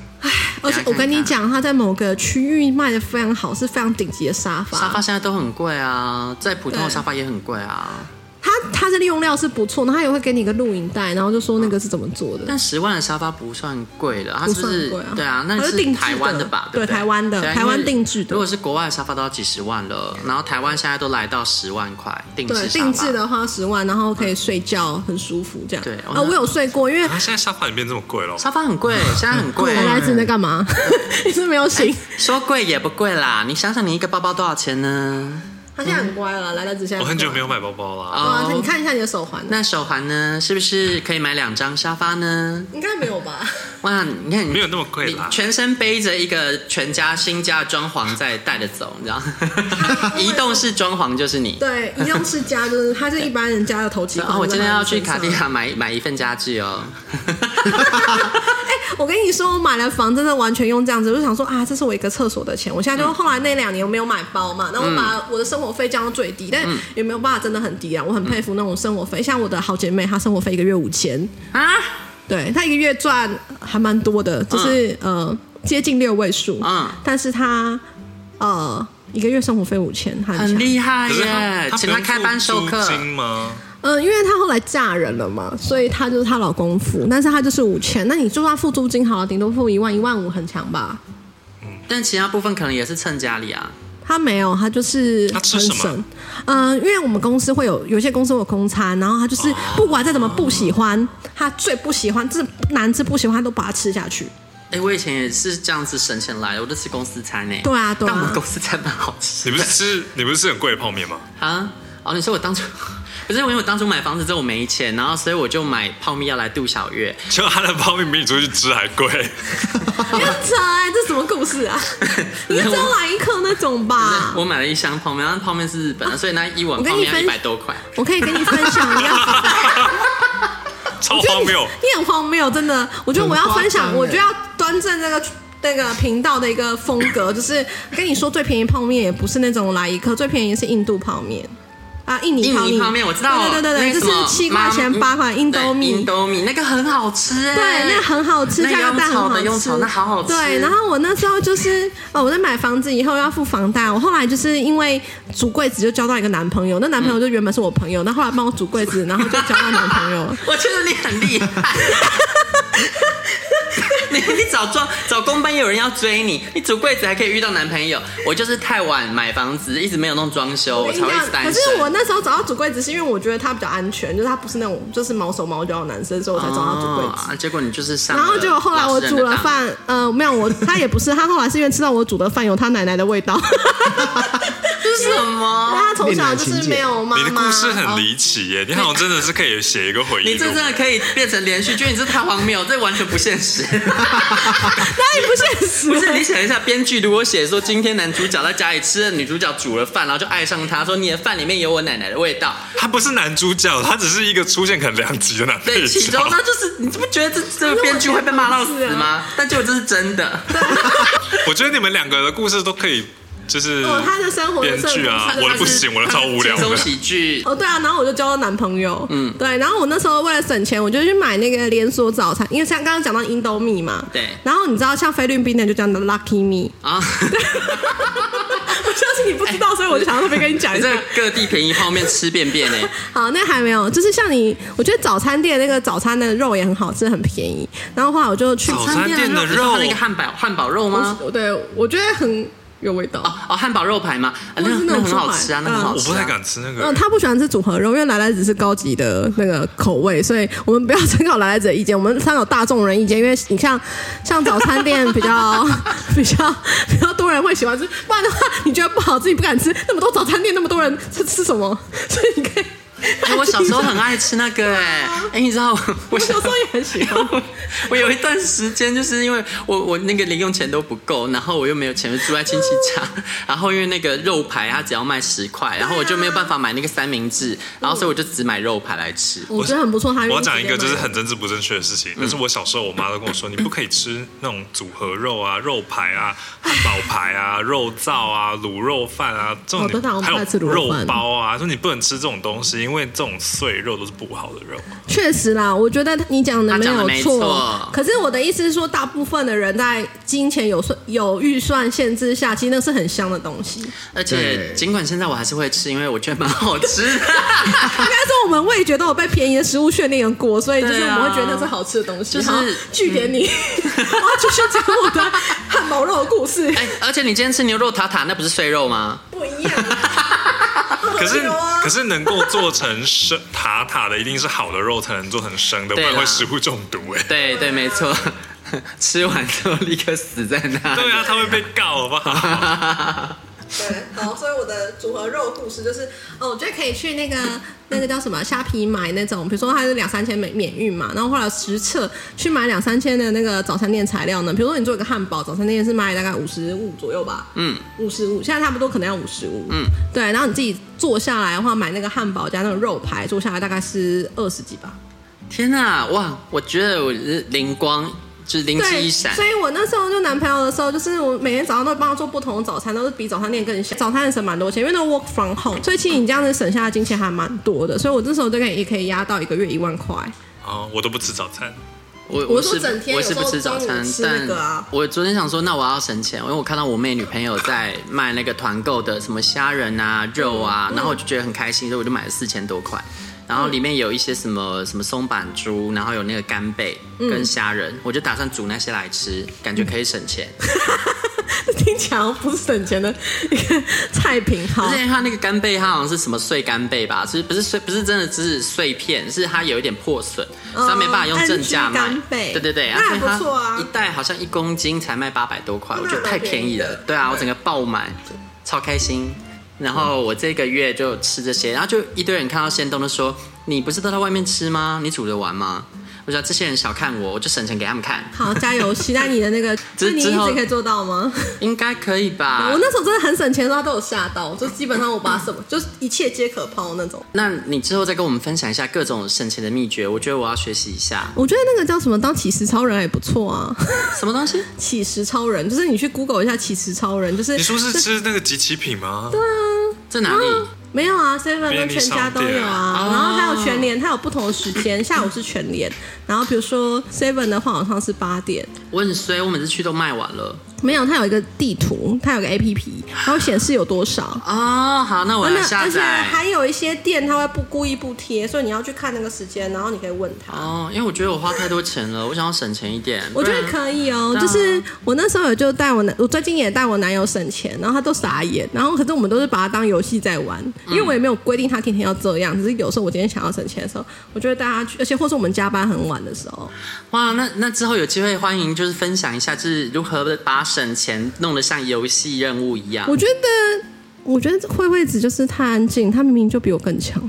S5: 而且我跟你讲，它在某个区域卖的非常好，是非常顶级的沙发。
S1: 沙发现在都很贵啊，在普通的
S5: 对
S1: 沙发也很贵啊。
S5: 它它的利用料是不错，然后它也会给你一个录影带，然后就说那个是怎么做的。
S1: 但十万的沙发不算贵了，它
S5: 不
S1: 是不
S5: 算
S1: 是？
S5: 贵啊
S1: 对啊，那
S5: 它是定制
S1: 台湾
S5: 的
S1: 吧？
S5: 对
S1: 不对
S5: 台湾的
S1: 对啊
S5: 台湾
S1: 因为
S5: 定制的
S1: 如果是国外的沙发都要几十万了，然后台湾现在都来到十万块定
S5: 对，
S1: 制沙发
S5: 定制。的花十万，然后可以睡觉，很舒服这样。
S1: 对
S5: 啊，我有睡过，因为
S3: 啊，现在沙发也变这么贵了。
S1: 沙发很 贵，现在很贵。
S5: 来来子你在干 嘛？你是没有醒？
S1: 说贵也不贵啦，你想想你一个包包多少钱呢？
S5: 他现在很乖啊了，来来子现在
S3: 我很久没
S5: 有。
S3: 有买包包了，
S5: 哇，你
S1: 哦，
S5: 看一下你的手环，
S1: 那手环呢？是不是可以买两张沙发呢？
S5: 应该没有吧？
S1: 哇，你看你
S3: 没有那么贵
S1: 你
S3: 啦。
S1: 全身背着一个全家新家的装潢在带着走，你 知道？移动式装潢就是你。
S5: 对，移动式家就是它是一般人家的头几
S1: 然
S5: 款。
S1: 后我今天要去
S5: 在它
S1: 卡
S5: 的
S1: 地
S5: 身上
S1: 亚买买一份家具 哦。
S5: 哎我跟你说，我买了房，真的完全用这样子，我就想说啊，这是我一个厕所的钱。我现在就后来那两年我没有买包
S1: 嗯
S5: 嘛，然后我把我的生活费降到最低，但也没有办法真的很低啊。我很佩服那种生活费，像我的好姐妹，她生活费一个月五千，
S1: 啊，
S5: 对她一个月赚还蛮多的，就是、呃接近六位数，
S1: 嗯
S5: 但是她呃一个月生活费五千，她
S1: 很
S5: 强
S1: 厉害
S3: 可是他
S1: 耶！
S3: 他
S1: 请他开班授
S3: 不用付租
S1: 课
S3: 金，吗？
S5: 嗯，因为她后来嫁人了嘛，所以她就是她老公付，但是她就是五千，那你就算付租金好了，顶多付一万一万五，很强吧？
S1: 但其他部分可能也是蹭家里啊。
S5: 他没有，他就是
S3: 他吃
S5: 很
S3: 什么
S5: 省。嗯、因为我们公司会有有一些公司会有公餐，然后他
S3: 啊
S5: 就是不管再怎么不喜欢，他最不喜欢，这难吃不喜欢，他都把它吃下去。
S1: 哎、哎、我以前也是这样子省钱来的，我都吃公司餐呢、
S5: 对啊对啊
S1: 但我们公司餐蛮好吃
S3: 你不是吃你不是吃很贵的泡面吗？
S1: 啊。哦，你说我当初， 可是因为我当初买房子之后我没钱，然后所以我就买泡面要来度小月。
S3: 就他的泡面比你出去吃还贵，
S5: 很扯哎，这什么故事啊？你只要来一颗那种 吧。
S1: 我买了一箱泡面，然后泡面是日本的，所以那一碗
S5: 啊我跟
S1: 泡
S5: 你
S1: 面要一
S5: 分
S1: 百多块。
S5: 我可以跟你分享一 样，
S3: 超荒谬。
S5: 你很荒谬，真的。我觉得我要分享，
S4: 很夸张欸
S5: 我就要端正这个那个频道的一个风格，就是跟你说最便宜泡面也不是那种来一颗，最便宜是印度泡面。啊，印尼
S1: 印
S5: 泡面，
S1: 尼泡面我知道，
S5: 对对对
S1: 那
S5: 对，
S1: 个
S5: 就
S1: 什么
S5: 是七块钱
S1: 妈嗯
S5: 八块印度
S1: 对
S5: 米
S1: 印，度米那个很好吃哎，
S5: 对，那很好吃，
S1: 那
S5: 加
S1: 个
S5: 拿
S1: 用
S5: 大很
S1: 炒
S5: 好
S1: 的
S5: 吃，
S1: 用炒那好好吃。
S5: 对，然后我那时候就是，哦，我在买房子以后要付房贷，我后来就是因为煮柜子就交到一个男朋友，那男
S1: 嗯
S5: 朋友就原本是我朋友，那后来帮我煮柜子，然后就交到男朋友了。
S1: 我觉得你很厉害。 你你找装找公班也有人要追你，你煮柜子还可以遇到男朋友。我就是太晚买房子，一直没有弄装修，我才会一直单
S5: 可
S1: 身。
S5: 是我那时候找到煮柜子是因为我觉得他比较安全，就是他不是那种就是毛手毛脚的男生，所以我才找到煮柜子。
S1: 哦结果你就是上了老
S5: 然后
S1: 实人的当，
S5: 结果后来我煮了饭，呃，没有我他也不是，他后来是因为吃到我煮的饭有他奶奶的味道，
S1: 哦这是什
S5: 因为
S1: 么？
S5: 他从小就是没有妈
S3: 你
S5: 妈。
S3: 的故事很离奇耶，你好像真的是可以写一个回忆
S1: 你
S3: 录
S1: 这。真的可以变成连续剧，你这太荒谬，这完全不现实。
S5: 那也不现实，
S1: 不是，你想一下，编剧如果写说今天男主角在家里吃了女主角煮了饭，然后就爱上她，说你的饭里面有我奶奶的味道，
S3: 他不是男主角，他只是一个出现可能两集的男配
S1: 对，其中
S3: 角。
S1: 那就是你不觉得这这个编剧会被骂到死吗？但结果这是真的，
S3: 我觉得你们两个的故事都可以，就是
S5: 哦，他的生活的
S3: 编剧啊
S5: 生活
S3: 我的不行我的超 无聊的
S1: 轻松喜剧，
S5: 哦，对啊，然后我就交到男朋友，嗯，对，然后我那时候为了省钱，我就去买那个连锁早餐，因为像刚刚讲到印度米嘛，
S1: 对
S5: 然后你知道像菲律宾的就叫 Lucky Me，
S1: 啊，
S5: 我相信你不知道，所以我就想要特别跟你讲
S1: 你
S5: 一下
S1: 哎这。各地便宜泡面吃便便欸呢、
S5: 好，那还没有，就是像你，我觉得早餐店那个早餐的肉也很好吃，很便宜。然后后来我就去，
S3: 早餐店的肉
S1: 它那个汉堡汉堡肉吗？
S5: 对，我觉得很有味道。
S1: 哦哦，汉堡肉排吗？啊、那
S5: 或是
S1: 那
S5: 那种
S1: 很好
S5: 猪排
S1: 吃啊，那很好
S3: 我
S1: 吃、
S3: 不
S1: 啊。
S3: 太敢吃那
S5: 嗯，
S3: 个。
S5: 他不喜欢吃组合肉，因为莱莱子是高级的那个口味，所以我们不要参考莱莱子的意见，我们参考大众人意见，因为你像像早餐店比较 比较比较多人会喜欢吃，不然的话你觉得不好自己不敢吃，那么多早餐店那么多人吃吃什么？所以你可以，
S1: 哎、我小时候很爱吃那个哎、哎、你知道 我我
S5: 啊我小时候也很喜欢。
S1: 我 我有一段时间就是因为我我那个零用钱都不够，然后我又没有钱住在亲戚 家，然后因为那个肉排它只要卖十
S5: 啊
S1: 块，然后我就没有办法买那个三明
S5: 嗯
S1: 治，然后所以我就只买肉排来吃。
S5: 我觉得很不错，他愿意
S3: 我要讲一个就
S5: 直接
S3: 是
S5: 买嗯
S3: 很政治不正确的事情，但是我小时候我妈都跟我说，你不可以吃那种组合肉啊、肉排啊、汉堡 排啊、肉燥啊、卤肉饭啊这种
S5: 哦对她好
S3: 你，
S5: 像不
S3: 还有
S5: 太吃卤肉
S3: 肉
S5: 饭
S3: 包啊，说你不能吃这种东西，因为这种碎肉都是不好的肉。
S5: 确实啦，我觉得你讲的没
S1: 他讲
S5: 有
S1: 得没
S5: 错。
S1: 错
S5: 可是我的意思是说，大部分的人在金钱有算有预算限制下，其实那是很香的 东西。
S1: 而且
S4: 对
S1: 尽管现在我还是会吃，因为我觉得蛮好 吃的。
S5: 应该说我们味觉都有被便宜的食物训练过，所以就是
S1: 对
S5: 我
S1: 啊
S5: 们会觉得那是好吃的东西。
S1: 就是嗯
S5: 好据点你， 我要继续讲我的汉堡肉的 故事，
S1: 哎、而且你今天吃牛肉塔塔，那不是碎肉吗？
S5: 不一样。
S3: 可是
S5: 有啊
S3: 可是能够做成生塔塔的，一定是好的肉才能做成生的，不
S1: 对啦
S3: 然会食物中毒哎。
S1: 对对，没错， 吃完之后立刻死在那里。
S3: 对啊，他会被告好不好？
S5: 对，好，所以我的组合肉故事就是，哦，我觉得可以去那个那个叫什么虾皮买那种，比如说它是两三千免免运嘛，然后后来实测去买两三千的那个早餐店材料呢，比如说你做一个汉堡，早餐店是卖大概五十五左右吧，嗯，五十五，现在差不多可能要五十五，嗯，对，然后你自己做下来的话，买那个汉堡加那个肉排，做下来大概是二十几吧，
S1: 天哪、哇！我觉得我是灵光，就是灵机
S5: 对，
S1: 一闪。
S5: 所以我那时候就男朋友的时候，就是我每天早上都帮他做不同的早餐，都是比早餐店更香。早餐也省蛮多钱，因为都 work from home，所以其实你这样子省下的金钱还蛮多的。所以我这时候就可以也可以压到一个月一万块。
S3: 哦，我都不吃早餐。
S1: 我
S5: 我
S1: 我
S5: 说
S1: 是
S5: 整天
S1: 我
S5: 有
S1: 是不
S5: 时候
S1: 吃早
S5: 中午
S1: 餐，
S5: 吃那
S1: 但
S5: 个啊
S1: 我昨天想说，那我要省钱，因为我看到我妹女朋友在卖那个团购的什么虾仁啊、肉啊，
S5: 嗯
S1: 然后我就觉得很开心，所以我就买了四千多块。然后里面有一些什么什么松板猪，然后有那个
S5: 嗯
S1: 干贝跟虾仁，我就打算煮那些来吃，感觉可以省钱。
S5: 听起来好像不是省钱的一个菜品。好
S1: 之，前他那个干贝，它好像是什么碎干贝吧？是不是碎？不是真的只是碎片，是它有一点破损，所以它没办法用正价卖
S5: NG 哦干。贝
S1: 对对对，
S5: 那还
S1: 所以它
S5: 不错啊
S1: 一袋好像一公斤才卖八百多块，我觉得太便宜了。对啊，我整个爆买，超开心。然后我这个月就吃这些，然后就一堆人看到现东都说：“你不是都在外面吃吗？你煮得完吗？”我说这些人小看我，我就省钱给他们看，
S5: 好，加油！期待你的那个，
S1: 之
S5: 那你一
S1: 之后
S5: 直可以做到吗？
S1: 应该可以吧？
S5: 我那时候真的很省钱的时候，他都有吓到，就基本上我把什么，就是一切皆可抛那种。
S1: 那你之后再跟我们分享一下各种省钱的秘诀，我觉得我要学习一下。
S5: 我觉得那个叫什么，当起司超人还不错啊。
S1: 什么东西？
S5: 起司超人就是你去 Google 一下起司超人，就是
S3: 你说是吃那个集齐品吗？
S5: 啊
S1: 在哪里？
S5: 没有啊，seven
S3: 便
S5: 跟
S3: 利
S5: 全家
S3: 商
S5: 都
S3: 店
S5: 有啊，然后还有全联，它有不同的时间，下午是全联，然后比如说 seven 的话好像是八点，
S1: 我很衰，我每次去都卖完了。
S5: 没有，它有一个地图，它有个 A P P，然后显示有多少。
S1: 哦，好，那我
S5: 啊
S1: 要
S5: 那
S1: 下
S5: 而且
S1: 载。
S5: 还有一些店，它会不故意不贴，所以你要去看那个时间，然后你可以问他。
S1: 哦，因为我觉得我花太多钱了，我想要省钱一点。
S5: 我觉
S1: 不
S5: 得
S1: 然
S5: 可以哦
S1: 对，啊
S5: 就是我那时候有就带我男，我最近也带我男友省钱，然后他都傻眼，然后可是我们都是把它当游戏在玩，
S1: 嗯
S5: 因为我也没有规定他天天要这样，只是有时候我今天想要省钱的时候，我就会带他去，而且或是我们加班很晚的时候，
S1: 哇，那那之后有机会欢迎就是分享一下，就是如何把省钱弄得像游戏任务一样
S5: 我。觉得。我觉得慧慧子就是太安静，她明明就比我更强。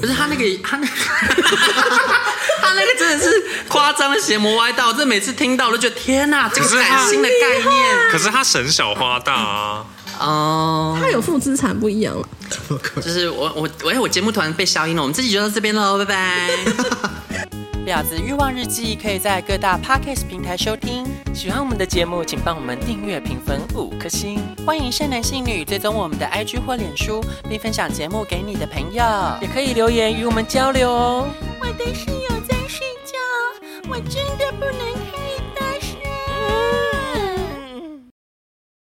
S1: 不是他那 个他那个他那个真的是夸张的邪魔歪道，我真的每次听到我都觉得天哪，这个
S3: 可是他
S1: 崭新的概念
S3: 可是他省小花大啊，
S1: 哦。
S5: 她有负资产不一样了。
S1: 就是我我我哎，我节目突然被消音了，我们自己就到这边喽，拜拜。
S2: 婊子欲望日记可以在各大 podcast 平台收听。喜欢我们的节目，请帮我们订阅、评分五颗星。欢迎善男信女追踪我们的 IG 或脸书，并分享节目给你的朋友，也可以留言与我们交流哦。
S6: 我的室友在睡觉，我真的不能